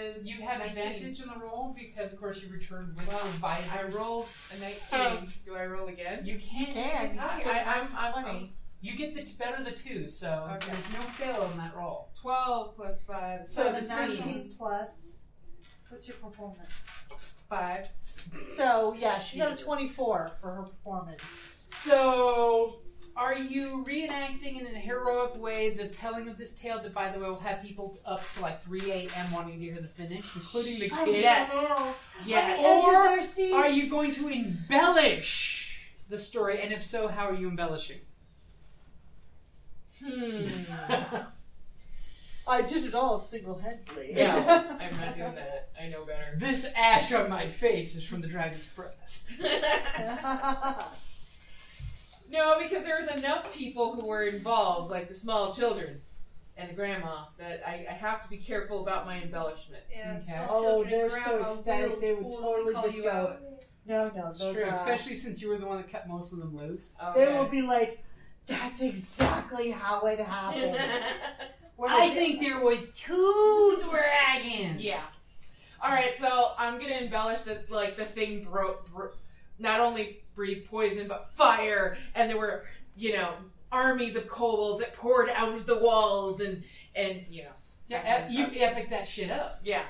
Speaker 3: is
Speaker 2: You have
Speaker 3: 19.
Speaker 2: advantage on the roll because, of course, you returned with
Speaker 3: Wow.
Speaker 2: survivors.
Speaker 3: I rolled a nineteen. Do I roll again?
Speaker 2: You can't.
Speaker 6: Yeah,
Speaker 2: it's higher.
Speaker 3: I, I'm I'm
Speaker 6: Twenty.
Speaker 2: You get the t- better of the two, so
Speaker 3: Okay.
Speaker 2: there's no fail on that roll.
Speaker 3: twelve plus five.
Speaker 6: So the
Speaker 3: seventeen.
Speaker 6: 19 plus. What's your performance?
Speaker 3: Five.
Speaker 6: So, yeah, she got a
Speaker 3: Jesus.
Speaker 6: 24 for her performance.
Speaker 2: So, are you reenacting in a heroic way the telling of this tale that, by the way, will have people up to like 3 a.m. wanting to hear the finish, including the
Speaker 6: I
Speaker 2: kids?
Speaker 3: Yes.
Speaker 6: know.
Speaker 3: Yes.
Speaker 2: Or
Speaker 6: Or
Speaker 2: Are you going to embellish the story? And if so, how are you embellishing?
Speaker 3: Hmm.
Speaker 6: I did it all single-handedly.
Speaker 2: Yeah.
Speaker 3: I'm not doing that. I know better.
Speaker 2: This ash on my face is from the dragon's breath.
Speaker 3: no, because there was enough people who were involved, like the small children and the grandma, that I, I have to be careful about my embellishment.
Speaker 5: Yeah, it's
Speaker 2: Okay.
Speaker 5: all
Speaker 6: oh,
Speaker 5: children.
Speaker 6: they're
Speaker 5: Grandma
Speaker 6: so ecstatic.
Speaker 5: will
Speaker 6: They would totally
Speaker 5: call
Speaker 6: just
Speaker 5: you
Speaker 6: go,
Speaker 5: out.
Speaker 6: no, no.
Speaker 2: It's
Speaker 6: they'll
Speaker 2: true,
Speaker 6: not."
Speaker 2: especially since you were the one that cut most of them loose.
Speaker 3: Oh, Okay.
Speaker 6: They will be like, that's exactly how it happened.
Speaker 2: I think there was two dragons.
Speaker 3: yeah. All right, so I'm gonna embellish that like the thing broke, bro- not only breathed poison but fire, and there were you know armies of kobolds that poured out of the walls and and you know
Speaker 2: Yeah, ep- you epic that shit up.
Speaker 3: yeah.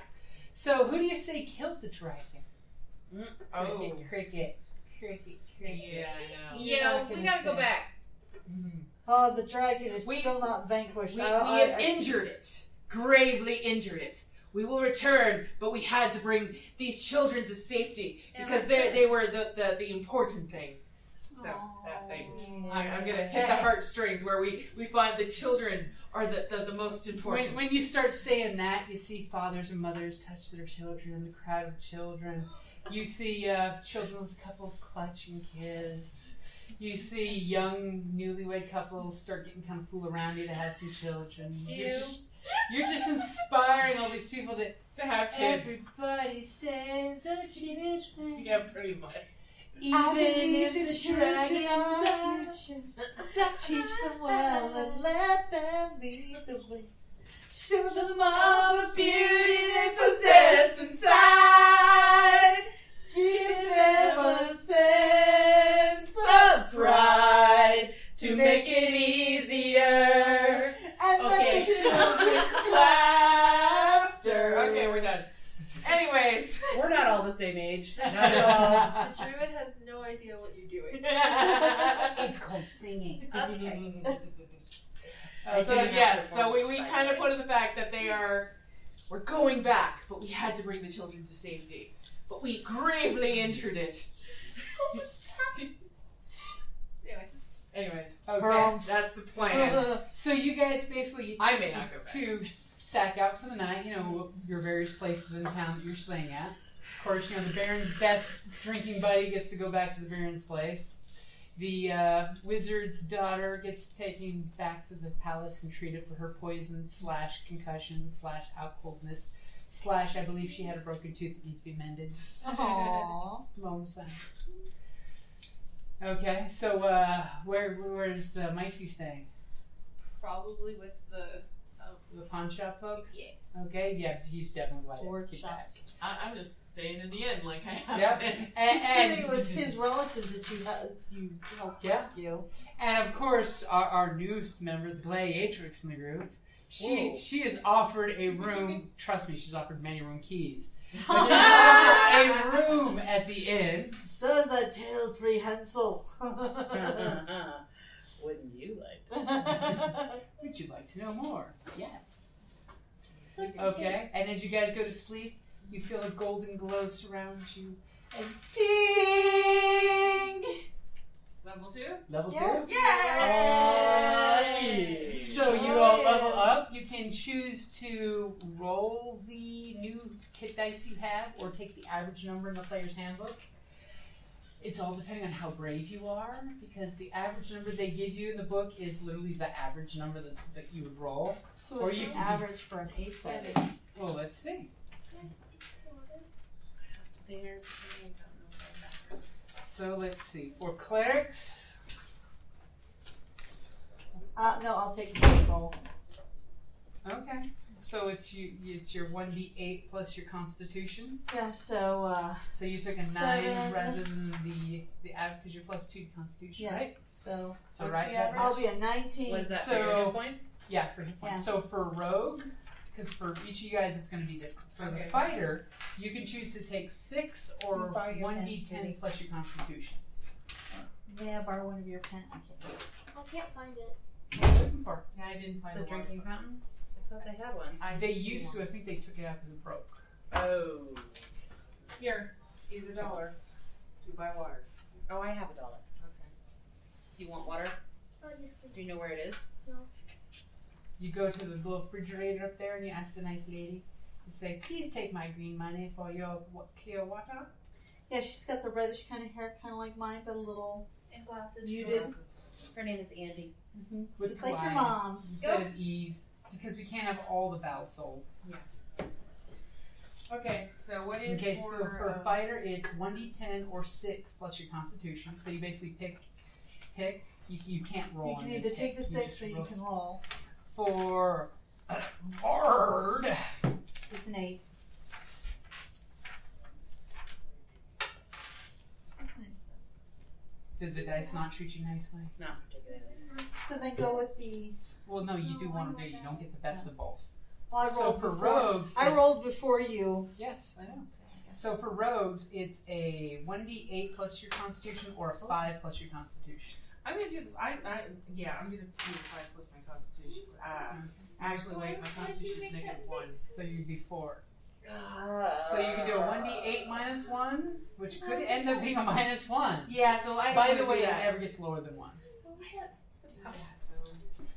Speaker 2: So who do you say killed the dragon? Cricket, cricket, cricket, cricket.
Speaker 3: Oh. yeah, I know.
Speaker 6: You're
Speaker 5: Yeah,
Speaker 6: not
Speaker 5: we
Speaker 6: gonna
Speaker 5: gotta go
Speaker 6: say.
Speaker 5: back.
Speaker 2: Mhm.
Speaker 6: oh, the dragon is
Speaker 3: We-
Speaker 6: still not vanquished. Oh,
Speaker 3: We, we
Speaker 6: I- I-
Speaker 3: have
Speaker 6: I-
Speaker 3: injured it, gravely injured it. We will return, but we had to bring these children to safety
Speaker 5: And
Speaker 3: because
Speaker 5: we're
Speaker 3: they they
Speaker 5: finished.
Speaker 3: were the, the, the important thing. So that thing. I'm, I'm gonna hit the heartstrings where we, we find the children are the, the, the most important.
Speaker 2: When, when you start saying that, you see fathers and mothers touch their children in the crowd of children. You see uh, children's couples clutch and kiss. You see young newlywed couples start getting kind of fool around you to have some children. You're
Speaker 5: Ew.
Speaker 2: just you're just inspiring all these people that
Speaker 3: to have kids.
Speaker 2: everybody save the children,
Speaker 3: Yeah, pretty much.
Speaker 2: even
Speaker 6: believe
Speaker 2: if
Speaker 6: in
Speaker 2: the
Speaker 6: children
Speaker 2: dragon
Speaker 6: are
Speaker 2: dies.
Speaker 6: Teach them well and let them lead the way. Show them all the beauty they possess inside. Give them a sense of pride to make it easier. And
Speaker 3: Okay,
Speaker 6: okay,
Speaker 3: children's
Speaker 6: children's laughter.
Speaker 3: Okay, we're done. Anyways,
Speaker 4: We're not all the same age.
Speaker 5: The druid has no idea what you're doing.
Speaker 2: it's called singing.
Speaker 5: Okay.
Speaker 3: fact that they are. We're going back, but we had to bring the children to safety. But we gravely injured it.
Speaker 5: Anyway.
Speaker 3: Anyways,
Speaker 2: Okay.
Speaker 3: that's the
Speaker 4: Uh-huh.
Speaker 3: plan.
Speaker 2: So you guys basically
Speaker 3: I may not go back.
Speaker 2: to sack out for the night. You know your various places in town that you're staying at. Of course, you know the Baron's best drinking buddy gets to go back to the Baron's place. The uh, wizard's daughter gets taken back to the palace and treated for her poison slash concussion slash out coldness slash I believe she had a broken tooth that needs to be mended.
Speaker 1: Aww.
Speaker 2: Moment of silence. Okay, so uh, where where's uh, Mikey staying?
Speaker 5: Probably with the.
Speaker 2: The pawn shop folks? Okay, yeah, he's definitely glad
Speaker 1: Or
Speaker 2: to keep
Speaker 1: shop.
Speaker 2: that.
Speaker 3: I- I'm just staying in the end like I have
Speaker 2: Yep.
Speaker 3: been.
Speaker 2: And,
Speaker 1: Considering it
Speaker 2: and,
Speaker 1: was his relatives that you helped, you helped
Speaker 2: Yeah.
Speaker 1: rescue.
Speaker 2: and of course, our, our newest member, the gladiatrix in the group, she she is offered a room. trust me, she's offered many room keys. But she's offered a room at the inn.
Speaker 1: So is that tail prehensile.
Speaker 4: Uh-huh. Wouldn't you like?
Speaker 2: Would you like to know more?
Speaker 1: yes.
Speaker 5: So did
Speaker 2: Okay, and as you guys go to sleep, you feel a golden glow surround you. As ding!
Speaker 3: Level two?
Speaker 2: Level
Speaker 1: Yes.
Speaker 2: two.
Speaker 1: Yes.
Speaker 2: So you all level up. You can choose to roll the new hit dice you have, or take the average number in the player's handbook. It's all depending on how brave you are, because the average number they give you in the book is literally the average number that, that you would roll.
Speaker 1: So
Speaker 2: Or
Speaker 1: it's
Speaker 2: you
Speaker 1: the
Speaker 2: can-
Speaker 1: average for an eight sided.
Speaker 2: Well, let's see.
Speaker 3: There's
Speaker 2: So let's see. For clerics,
Speaker 1: Uh, no, I'll take the roll.
Speaker 2: okay. So it's you. It's your one d eight plus your Constitution.
Speaker 1: Yeah, so, uh,
Speaker 2: So you took a
Speaker 1: Seven.
Speaker 2: nine rather than the the average because you're plus two to Constitution,
Speaker 1: yes.
Speaker 2: right?
Speaker 1: So
Speaker 2: So
Speaker 3: What's
Speaker 2: right.
Speaker 3: the
Speaker 2: that-
Speaker 3: average?
Speaker 1: I'll be a 19.
Speaker 4: Was that
Speaker 2: So-
Speaker 4: for your hit points?
Speaker 2: Yeah, for hit points.
Speaker 1: Yeah.
Speaker 2: So for rogue, because for each of you guys it's going to be different. For
Speaker 3: Okay.
Speaker 2: the fighter, you can choose to take six or
Speaker 1: Borrow your
Speaker 2: one
Speaker 1: pen,
Speaker 2: d10
Speaker 1: Judy.
Speaker 2: plus your constitution.
Speaker 1: May I borrow one of your pen? I can't.
Speaker 7: I can't find it.
Speaker 2: What are you looking for?
Speaker 3: I didn't find
Speaker 4: The drinking fountain? I thought they had one.
Speaker 3: I
Speaker 2: They used to. I think they took it out because it broke.
Speaker 4: Oh.
Speaker 3: Here, he's a dollar to buy water.
Speaker 4: Oh, I have a dollar. Okay. You want water?
Speaker 7: Oh, yes, please.
Speaker 4: Do you know where it is?
Speaker 2: You go to the little refrigerator up there and you ask the nice lady and say, "Please take my green money for your wa- clear water."
Speaker 1: Yeah, she's got the reddish kind of hair, kind of like mine, but a little.
Speaker 5: And glasses.
Speaker 1: You
Speaker 5: for
Speaker 1: did.
Speaker 5: us.
Speaker 4: Her name is Andy.
Speaker 1: hmm
Speaker 2: With
Speaker 1: Just like your
Speaker 2: Y's
Speaker 1: mom's.
Speaker 2: instead of e's, because we can't have all the vowels sold.
Speaker 3: Okay, so what is
Speaker 2: Okay, so
Speaker 3: for,
Speaker 2: for
Speaker 3: uh,
Speaker 2: a fighter, it's one d10 or six plus your constitution. So you basically pick, pick. You, you can't roll.
Speaker 1: You can
Speaker 2: on
Speaker 1: either
Speaker 2: your
Speaker 1: take the
Speaker 2: pick,
Speaker 1: six
Speaker 2: just
Speaker 1: or you
Speaker 2: roll.
Speaker 1: can roll.
Speaker 2: For a bard,
Speaker 1: It's an eight. That's an eight.
Speaker 2: did the dice not treat you nicely?
Speaker 4: Not particularly.
Speaker 1: So then go with these.
Speaker 2: Well, no, you do want to do. You don't get the best of both.
Speaker 1: Well, I rolled
Speaker 2: so for
Speaker 1: before.
Speaker 2: rogues,
Speaker 1: I
Speaker 2: it's-
Speaker 1: rolled before you.
Speaker 2: Yes, I know. So for rogues, it's a one d8 plus your constitution or
Speaker 3: Oh.
Speaker 2: a five plus your constitution.
Speaker 3: I'm gonna do. The, I, I yeah. I'm gonna do the five plus my constitution.
Speaker 2: Mm-hmm.
Speaker 3: Ah, actually, wait. My constitution is negative one.
Speaker 2: So you'd be four.
Speaker 6: Ah.
Speaker 2: So you can do a one d
Speaker 3: Oh.
Speaker 2: eight minus one, which could end up being a minus one.
Speaker 3: Yeah. So I.
Speaker 2: By
Speaker 3: don't
Speaker 2: the
Speaker 3: wanna
Speaker 2: way,
Speaker 3: do
Speaker 2: it
Speaker 3: that.
Speaker 2: never gets lower than one.
Speaker 3: Oh, Do that,
Speaker 5: Oh,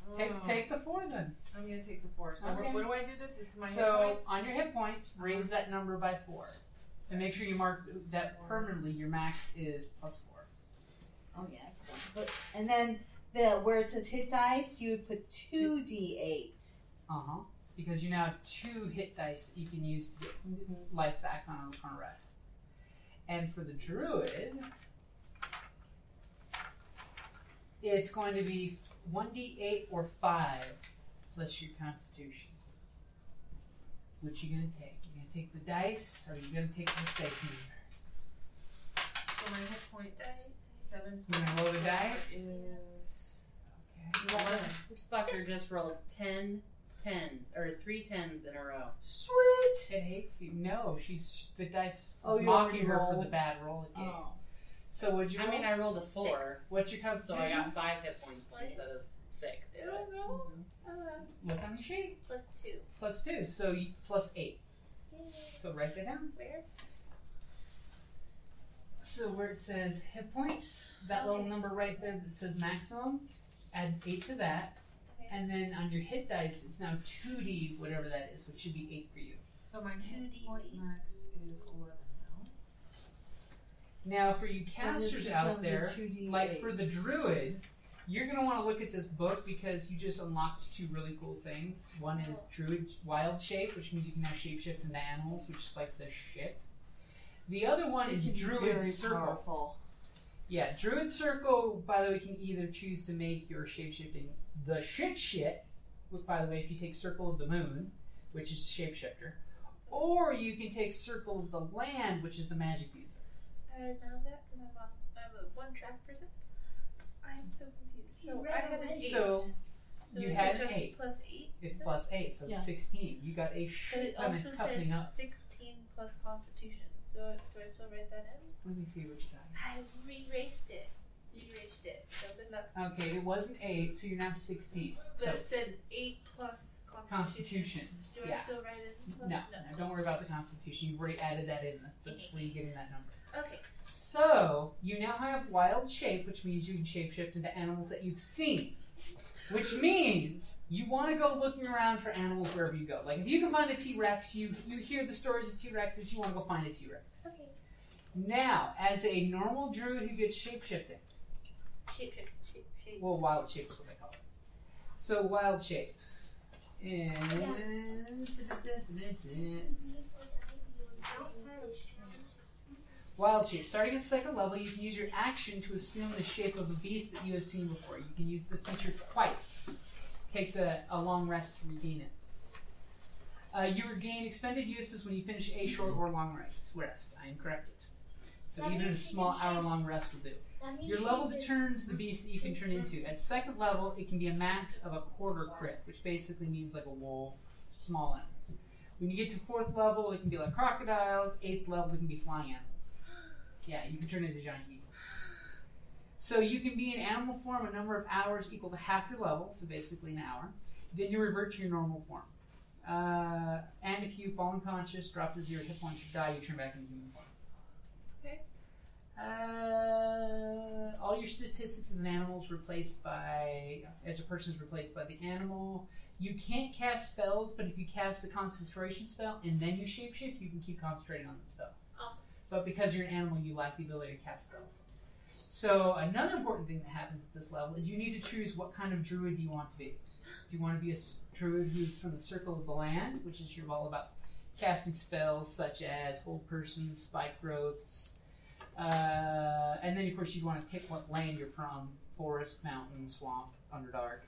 Speaker 3: though.
Speaker 2: Take,
Speaker 3: Oh.
Speaker 2: take the four then.
Speaker 3: I'm gonna take the four. So
Speaker 2: Okay.
Speaker 3: what, what do I do? This. This is my hit
Speaker 2: So
Speaker 3: points?
Speaker 2: on your hit points, raise that number by four, and make sure you mark that permanently. Your max is plus four.
Speaker 1: Oh yeah. I forgot to put- And then the where it says hit dice, you would put two d eight.
Speaker 2: Uh huh. Because you now have two hit dice that you can use to get life back on a, on a rest. And for the druid, it's going to be 1d8 or 5 plus your constitution. Which you going to take? you going to take the dice or you going to take the safe number?
Speaker 3: So my hit points. Seven.
Speaker 2: You're going to roll the dice?
Speaker 3: Is
Speaker 2: Okay.
Speaker 4: This fucker just rolled 10, 10, or three tens in a row.
Speaker 1: Sweet.
Speaker 2: It hates you. No, she's the dice is
Speaker 1: Oh, you already
Speaker 2: mocking her for
Speaker 1: rolled.
Speaker 2: the bad roll it gave.
Speaker 1: Oh.
Speaker 2: So would you
Speaker 4: I
Speaker 2: roll?
Speaker 4: mean, I rolled a four,
Speaker 2: What's your
Speaker 4: so I
Speaker 2: constitution?
Speaker 4: got five hit points instead of six.
Speaker 3: I don't know.
Speaker 2: Look on your sheet.
Speaker 5: Uh, Plus two.
Speaker 2: Plus two, so you, plus eight. So write that down.
Speaker 5: Where?
Speaker 2: So where it says hit points, that little
Speaker 5: Okay.
Speaker 2: number right there that says maximum, add eight to that.
Speaker 5: Okay.
Speaker 2: And then on your hit dice, it's now 2D, whatever that is, which should be 8 for you.
Speaker 3: So my
Speaker 5: Two D.
Speaker 3: point max is 11 now.
Speaker 2: Now, for you casters out there, like for the druid, you're going to want to look at this book because you just unlocked two really cool things. One is druid wild shape, which means you can now shapeshift into animals, which is like the shit. The other one is druid circle. Yeah, druid circle. By the way, can either choose to make your shapeshifting the shit shit. Which, by the way, if you take circle of the moon, which is shapeshifter, or you can take circle of the land, which is the magic user.
Speaker 5: I don't know that because I'm, off- I'm a one track person. I'm so confused.
Speaker 7: You
Speaker 5: So
Speaker 7: read
Speaker 5: I had an
Speaker 7: already.
Speaker 5: eight.
Speaker 2: So
Speaker 5: So
Speaker 2: you
Speaker 5: is
Speaker 2: had
Speaker 5: it
Speaker 2: an
Speaker 5: just
Speaker 2: eight.
Speaker 5: plus eight.
Speaker 2: It's plus eight, so it's
Speaker 6: Yeah.
Speaker 2: sixteen. You got a
Speaker 5: But it
Speaker 2: shit ton
Speaker 5: also
Speaker 2: of
Speaker 5: said
Speaker 2: toughening up.
Speaker 5: 16 plus constitution. So do I still write that in?
Speaker 2: Let me see what you got.
Speaker 5: I re-raced it. Erased it. So good luck.
Speaker 2: Okay, it was an eight, so you're now sixteen.
Speaker 5: But
Speaker 2: So
Speaker 5: it said 8 plus constitution.
Speaker 2: Constitution.
Speaker 5: Do I
Speaker 2: yeah.
Speaker 5: still write in
Speaker 2: No,
Speaker 5: plus?
Speaker 2: no, don't worry about the Constitution. You've already added that in. That's where you're getting that number.
Speaker 5: Okay.
Speaker 2: So you now have wild shape, which means you can shapeshift into animals that you've seen. Which means you want to go looking around for animals wherever you go. Like if you can find a T Rex, you you hear the stories of T Rexes, you want to go find a T Rex.
Speaker 7: Okay.
Speaker 2: Now, as a normal druid who gets shapeshifting,
Speaker 5: Shape, shape, shape, shape.
Speaker 2: well, wild shape is what they call it. So wild shape. And Wild shape. Starting at second level, you can use your action to assume the shape of a beast that you have seen before. You can use the feature twice. Takes a, a long rest to regain it. Uh, you regain expended uses when you finish a short or long rest. Rest. I am corrected. So
Speaker 7: That
Speaker 2: even a
Speaker 7: means you
Speaker 2: small
Speaker 7: can change-
Speaker 2: hour-long rest will do. Your level determines the beast that you can turn into. At second level, it can be a max of a quarter crit, which basically means like a wolf, small animals. When you get to fourth level, it can be like crocodiles. Eighth level, it can be flying animals. Yeah, you can turn into giant eagles. So you can be in animal form a number of hours equal to half your level, so basically an hour. Then you revert to your normal form. Uh, and if you fall unconscious, drop to zero hit points, or die, you turn back into human form. Uh, all your statistics as an animal is replaced by as a person is replaced by the animal. You can't cast spells, but if you cast the concentration spell and then you shapeshift, you can keep concentrating on that spell.
Speaker 5: Awesome.
Speaker 2: But because you're an animal, you lack the ability to cast spells. So another important thing that happens at this level is you need to choose what kind of druid you want to be. Do you want to be a s- druid who's from the circle of the land, which is you're all about casting spells such as hold persons, spike growths, uh, and then, of course, you'd want to pick what land you're from forest, mountain, swamp, underdark.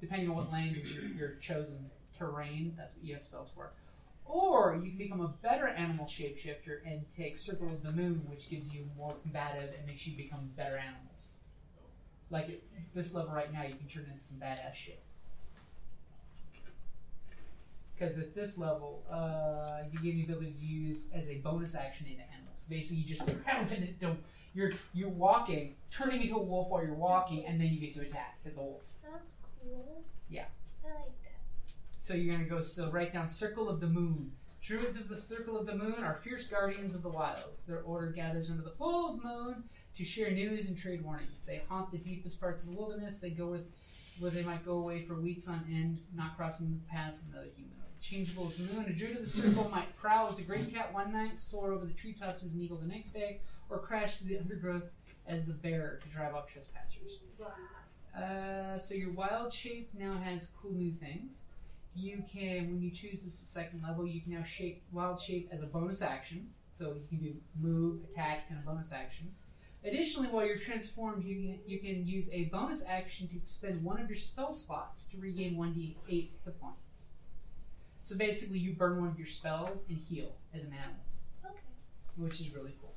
Speaker 2: Depending on what land is your, your chosen terrain, that's what you have spells for. Or you can become a better animal shapeshifter and take Circle of the Moon, which gives you more combative and makes you become better animals. Like at this level right now, you can turn into some badass shit. Because at this level, uh, you gain the ability to use as a bonus action into animals. Basically, you just pounce into them. You're you're walking, turning into a wolf while you're walking, and then you get to attack as a wolf.
Speaker 7: That's cool.
Speaker 2: Yeah.
Speaker 7: I like that.
Speaker 2: So you're gonna go so write down Circle of the Moon. Druids of the Circle of the Moon are fierce guardians of the wilds. Their order gathers under the full moon to share news and trade warnings. They haunt the deepest parts of the wilderness. They go with where they might go away for weeks on end, not crossing the paths of another human. Changeable as the moon, a druid of the circle might prowl as a great cat one night, soar over the treetops as an eagle the next day, or crash through the undergrowth as a bear to drive off trespassers. Uh, so your wild shape now has cool new things. You can, when you choose this at second level, you can now shape wild shape as a bonus action. So you can do move, attack, and a bonus action. Additionally, while you're transformed, you can, you can use a bonus action to expend one of your spell slots to regain 1d8 hit points. So basically, you burn one of your spells and heal as an animal,
Speaker 5: Okay.
Speaker 2: which is really cool.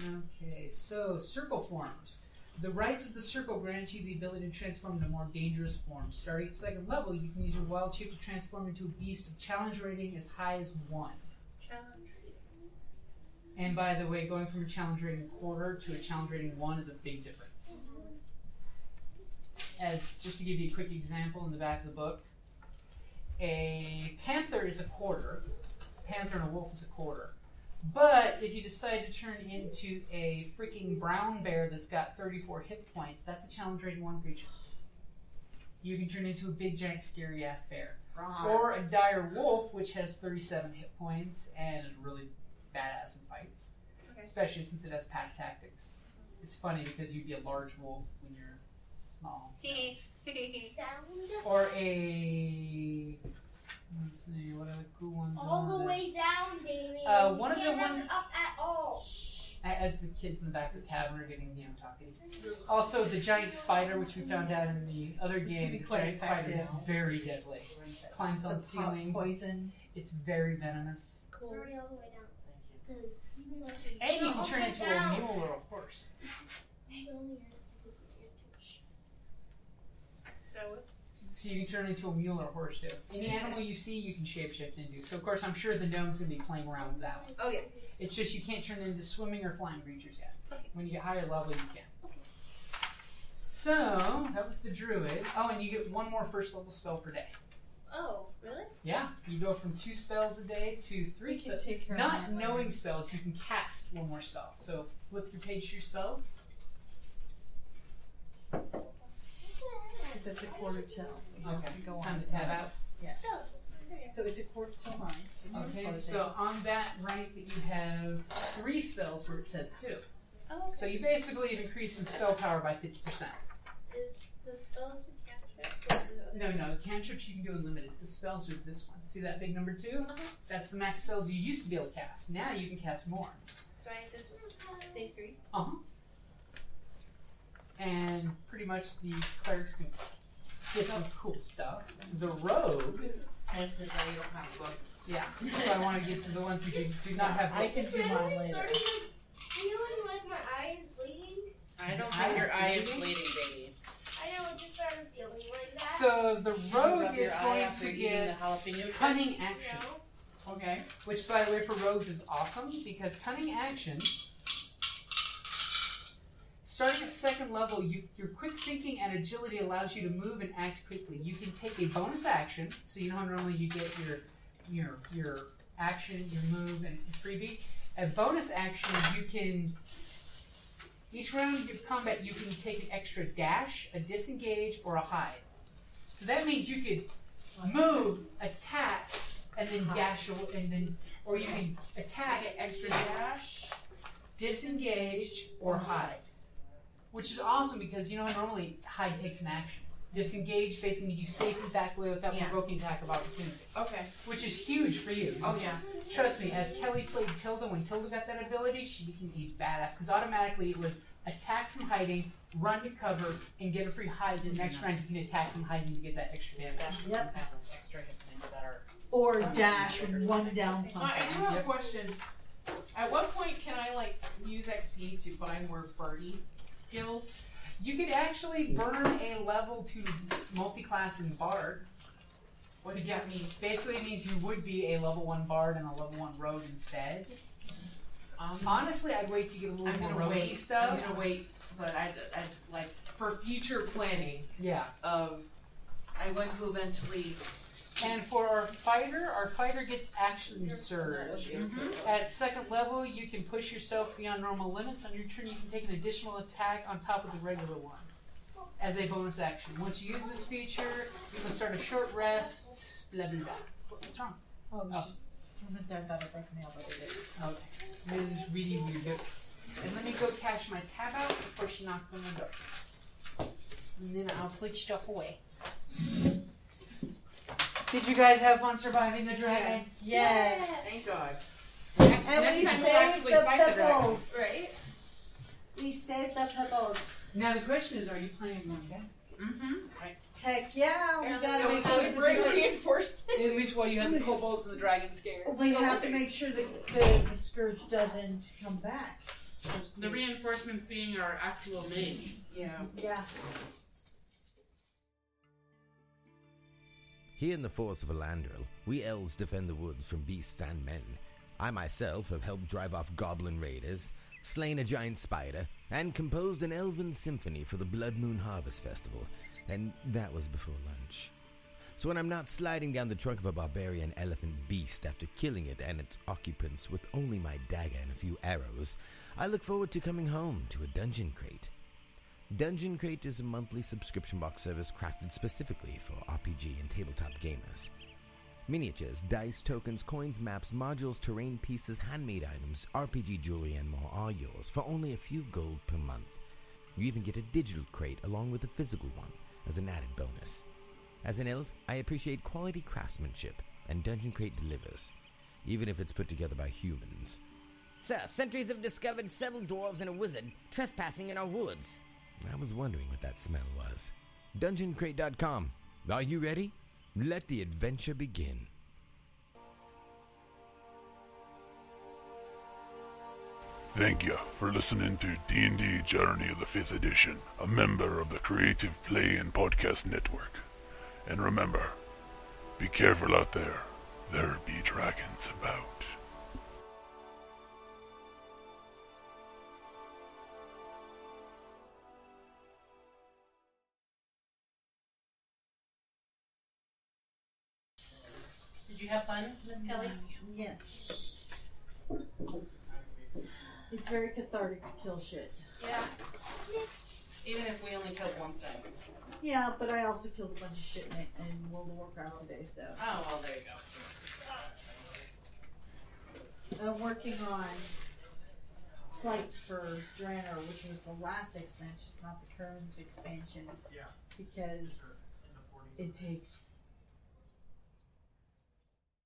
Speaker 2: Okay, so circle forms. The rites of the circle grant you the ability to transform into more dangerous forms. Starting at second level, you can use your wild shape to transform into a beast of challenge rating as high as one.
Speaker 5: Challenge.
Speaker 2: And by the way, going from a challenge rating quarter to a challenge rating one is a big difference. As just to give you a quick example in the back of the book, a panther is a quarter, panther and a wolf is a quarter. But if you decide to turn into a freaking brown bear that's got 34 hit points, that's a challenge rating one creature. You can turn into a big, giant, scary ass bear.
Speaker 4: Wrong.
Speaker 2: Or a dire wolf, which has 37 hit points and is really badass in fights.
Speaker 5: Okay.
Speaker 2: Especially since it has pack tactics. It's funny because you'd be a large wolf when you're small.
Speaker 7: Sound
Speaker 2: Or a. Let's see, what other cool ones?
Speaker 7: all
Speaker 2: are
Speaker 7: the
Speaker 2: there?
Speaker 7: way down, Damien.
Speaker 2: Uh,
Speaker 7: You
Speaker 2: one of the
Speaker 7: can't have it
Speaker 2: ones-
Speaker 7: up at all.
Speaker 2: A- As the kids in the back of the tavern are getting the talking. Also, the giant spider, which we found out in the other game,
Speaker 8: be
Speaker 2: the
Speaker 8: quite
Speaker 2: giant spider is
Speaker 8: effective.
Speaker 2: very deadly. Climbs on
Speaker 8: The po-
Speaker 2: ceilings.
Speaker 8: poison.
Speaker 2: It's very venomous.
Speaker 7: It's already all the way down. 'Cause even though it's-
Speaker 2: And you
Speaker 7: All
Speaker 2: can
Speaker 7: the
Speaker 2: turn
Speaker 7: way
Speaker 2: into a
Speaker 7: down.
Speaker 2: mule or a horse.
Speaker 7: You can only hear it if you put your touch.
Speaker 5: So
Speaker 2: So you can turn into a mule or a horse too. Any animal you see, you can shapeshift into. So of course, I'm sure the gnome's gonna be playing around with that. one.
Speaker 5: Oh yeah.
Speaker 2: It's just you can't turn into swimming or flying creatures yet.
Speaker 5: Okay.
Speaker 2: When you get higher level, you can. So that was the druid. Oh, and you get one more first level spell per day.
Speaker 5: Oh, really?
Speaker 2: Yeah, you go from two spells a day to three
Speaker 8: We can
Speaker 2: spells.
Speaker 8: take care of
Speaker 2: Not
Speaker 8: that later.
Speaker 2: knowing spells, you can cast one more spell. So flip your page to your spells.
Speaker 8: Because it's a quarter till. We have
Speaker 2: Okay.
Speaker 8: to go
Speaker 2: Time
Speaker 8: on.
Speaker 2: to tab out.
Speaker 8: Yes.
Speaker 5: Oh,
Speaker 8: So it's a quarter till nine.
Speaker 2: Okay,
Speaker 8: Closing.
Speaker 2: so on that rank that you have three spells where it says two.
Speaker 5: Oh,
Speaker 2: So you basically have increased in spell power by fifty percent.
Speaker 5: Is the spells the cantrip?
Speaker 2: No, no, cantrips you can do unlimited. The spells are this one. See that big number 2
Speaker 5: Uh-huh.
Speaker 2: That's the max spells you used to be able to cast. Now you can cast more.
Speaker 5: So I just say three.
Speaker 2: Uh huh. And pretty much the clerics can get some cool stuff. The rogue,
Speaker 4: That's because now you don't have a book.
Speaker 2: yeah. So I want to get to the ones who do do not have.
Speaker 8: I can do mine
Speaker 7: Randomly
Speaker 8: later.
Speaker 7: started, like, feeling like my eye is bleeding.
Speaker 4: I don't
Speaker 2: Eye
Speaker 4: think your eye is
Speaker 2: bleeding?
Speaker 4: bleeding, baby.
Speaker 7: I know it just started feeling like that.
Speaker 2: So the rogue
Speaker 4: Rub your
Speaker 2: is
Speaker 4: eye
Speaker 2: going
Speaker 4: after
Speaker 2: to
Speaker 4: eating
Speaker 2: get
Speaker 4: the jalapeno
Speaker 2: cunning
Speaker 4: chips.
Speaker 2: action.
Speaker 4: Okay.
Speaker 2: Which, by the way, for rogues is awesome because cunning action. Starting at second level, you, your quick thinking and agility allows you to move and act quickly. You can take a bonus action, so you know how normally you get your your your action, your move, and freebie. A bonus action, you can each round of combat, you can take an extra dash, a disengage, or a hide. So that means you could move, attack, and then dash, aw- and then or you can attack, extra dash, disengage, or hide. Which is awesome because you know how normally hide takes an action. Disengage basically means you safely back away without
Speaker 4: Yeah.
Speaker 2: provoking attack of opportunity,
Speaker 4: Okay.
Speaker 2: which is huge for you.
Speaker 4: Oh yeah.
Speaker 2: Trust me, as Kelly played Tilda, when Tilda got that ability, she became a badass because automatically it was attack from hiding, run to cover, and get a free hide. So next round you can attack from hiding to get that extra damage.
Speaker 8: Yep.
Speaker 4: Extra hit points that are.
Speaker 8: Or dash one down
Speaker 3: So I I do
Speaker 8: something.
Speaker 3: have a
Speaker 2: Yep.
Speaker 3: question. At what point can I like use XP to buy more birdie skills?
Speaker 2: You could actually burn a level to multi-class in Bard.
Speaker 3: What does that mean?
Speaker 2: Basically, it means you would be a level one Bard and a level one Rogue instead.
Speaker 3: Um,
Speaker 2: Honestly, I'd wait to get a little
Speaker 3: I'm
Speaker 2: more
Speaker 3: gonna
Speaker 2: rogue
Speaker 3: wait.
Speaker 2: stuff.
Speaker 3: I'm gonna wait, but I, I like for future planning.
Speaker 2: Yeah.
Speaker 3: Um, I'm going to eventually.
Speaker 2: And for our fighter, our fighter gets action surge. At second level, you can push yourself beyond normal limits. On your turn, you can take an additional attack on top of the regular one as a bonus action. Once you use this feature, you can start a short rest. Blah blah blah. What's wrong?
Speaker 8: Oh, it was just for a minute there, I thought I broke a nail, but I didn't.
Speaker 2: Okay. This is really weird. And let me go cash my tab out before she knocks on the door. And then I'll put stuff away. Did you guys have fun surviving the dragon?
Speaker 8: Yes.
Speaker 3: Thank God.
Speaker 8: And we
Speaker 3: Next time we'll
Speaker 8: saved
Speaker 3: actually
Speaker 8: the
Speaker 3: fight the dragon.
Speaker 8: pebbles.
Speaker 5: Right?
Speaker 8: We saved the pebbles.
Speaker 2: Now the question is, are you planning on going back?
Speaker 4: Mm-hmm.
Speaker 8: Heck yeah, we gotta make sure that
Speaker 3: bring
Speaker 8: this is-
Speaker 3: reinforcement.
Speaker 2: At least while you had the kobolds and the dragon scared.
Speaker 8: we have to make sure that the, the scourge doesn't come back.
Speaker 4: The reinforcements being our actual mage.
Speaker 3: Yeah.
Speaker 8: Yeah.
Speaker 9: Here in the Force of Elandril, we elves defend the woods from beasts and men. I myself have helped drive off goblin raiders, slain a giant spider, and composed an elven symphony for the Blood Moon Harvest Festival, and that was before lunch. So when I'm not sliding down the trunk of a barbarian elephant beast after killing it and its occupants with only my dagger and a few arrows, I look forward to coming home to a dungeon crate. Dungeon Crate is a monthly subscription box service crafted specifically for RPG and tabletop gamers. Miniatures, dice, tokens, coins, maps, modules, terrain pieces, handmade items, RPG jewelry, and more are yours for only a few gold per month. You even get a digital crate along with a physical one as an added bonus. As an elf, I appreciate quality craftsmanship, and Dungeon Crate delivers, even if it's put together by humans.
Speaker 10: Sir, sentries have discovered several dwarves and a wizard trespassing in our woods.
Speaker 9: I was wondering what that smell was. DungeonCrate.com. Are you ready? Let the adventure begin.
Speaker 11: Thank you for listening to D&D Journey of the 5th Edition, a member of the Creative Play and Podcast Network. And remember, be careful out there. There be dragons about.
Speaker 4: Did you have fun, Miss Kelly?
Speaker 1: Yes. It's very cathartic to kill shit.
Speaker 4: Yeah. Even if we only killed one thing.
Speaker 1: Yeah, but I also killed a bunch of shit in, in World of Warcraft today, so.
Speaker 4: Oh, well, there you go.
Speaker 1: I'm working on Flight for Draenor, which was the last expansion, it's not the current expansion.
Speaker 12: Yeah.
Speaker 1: Because it takes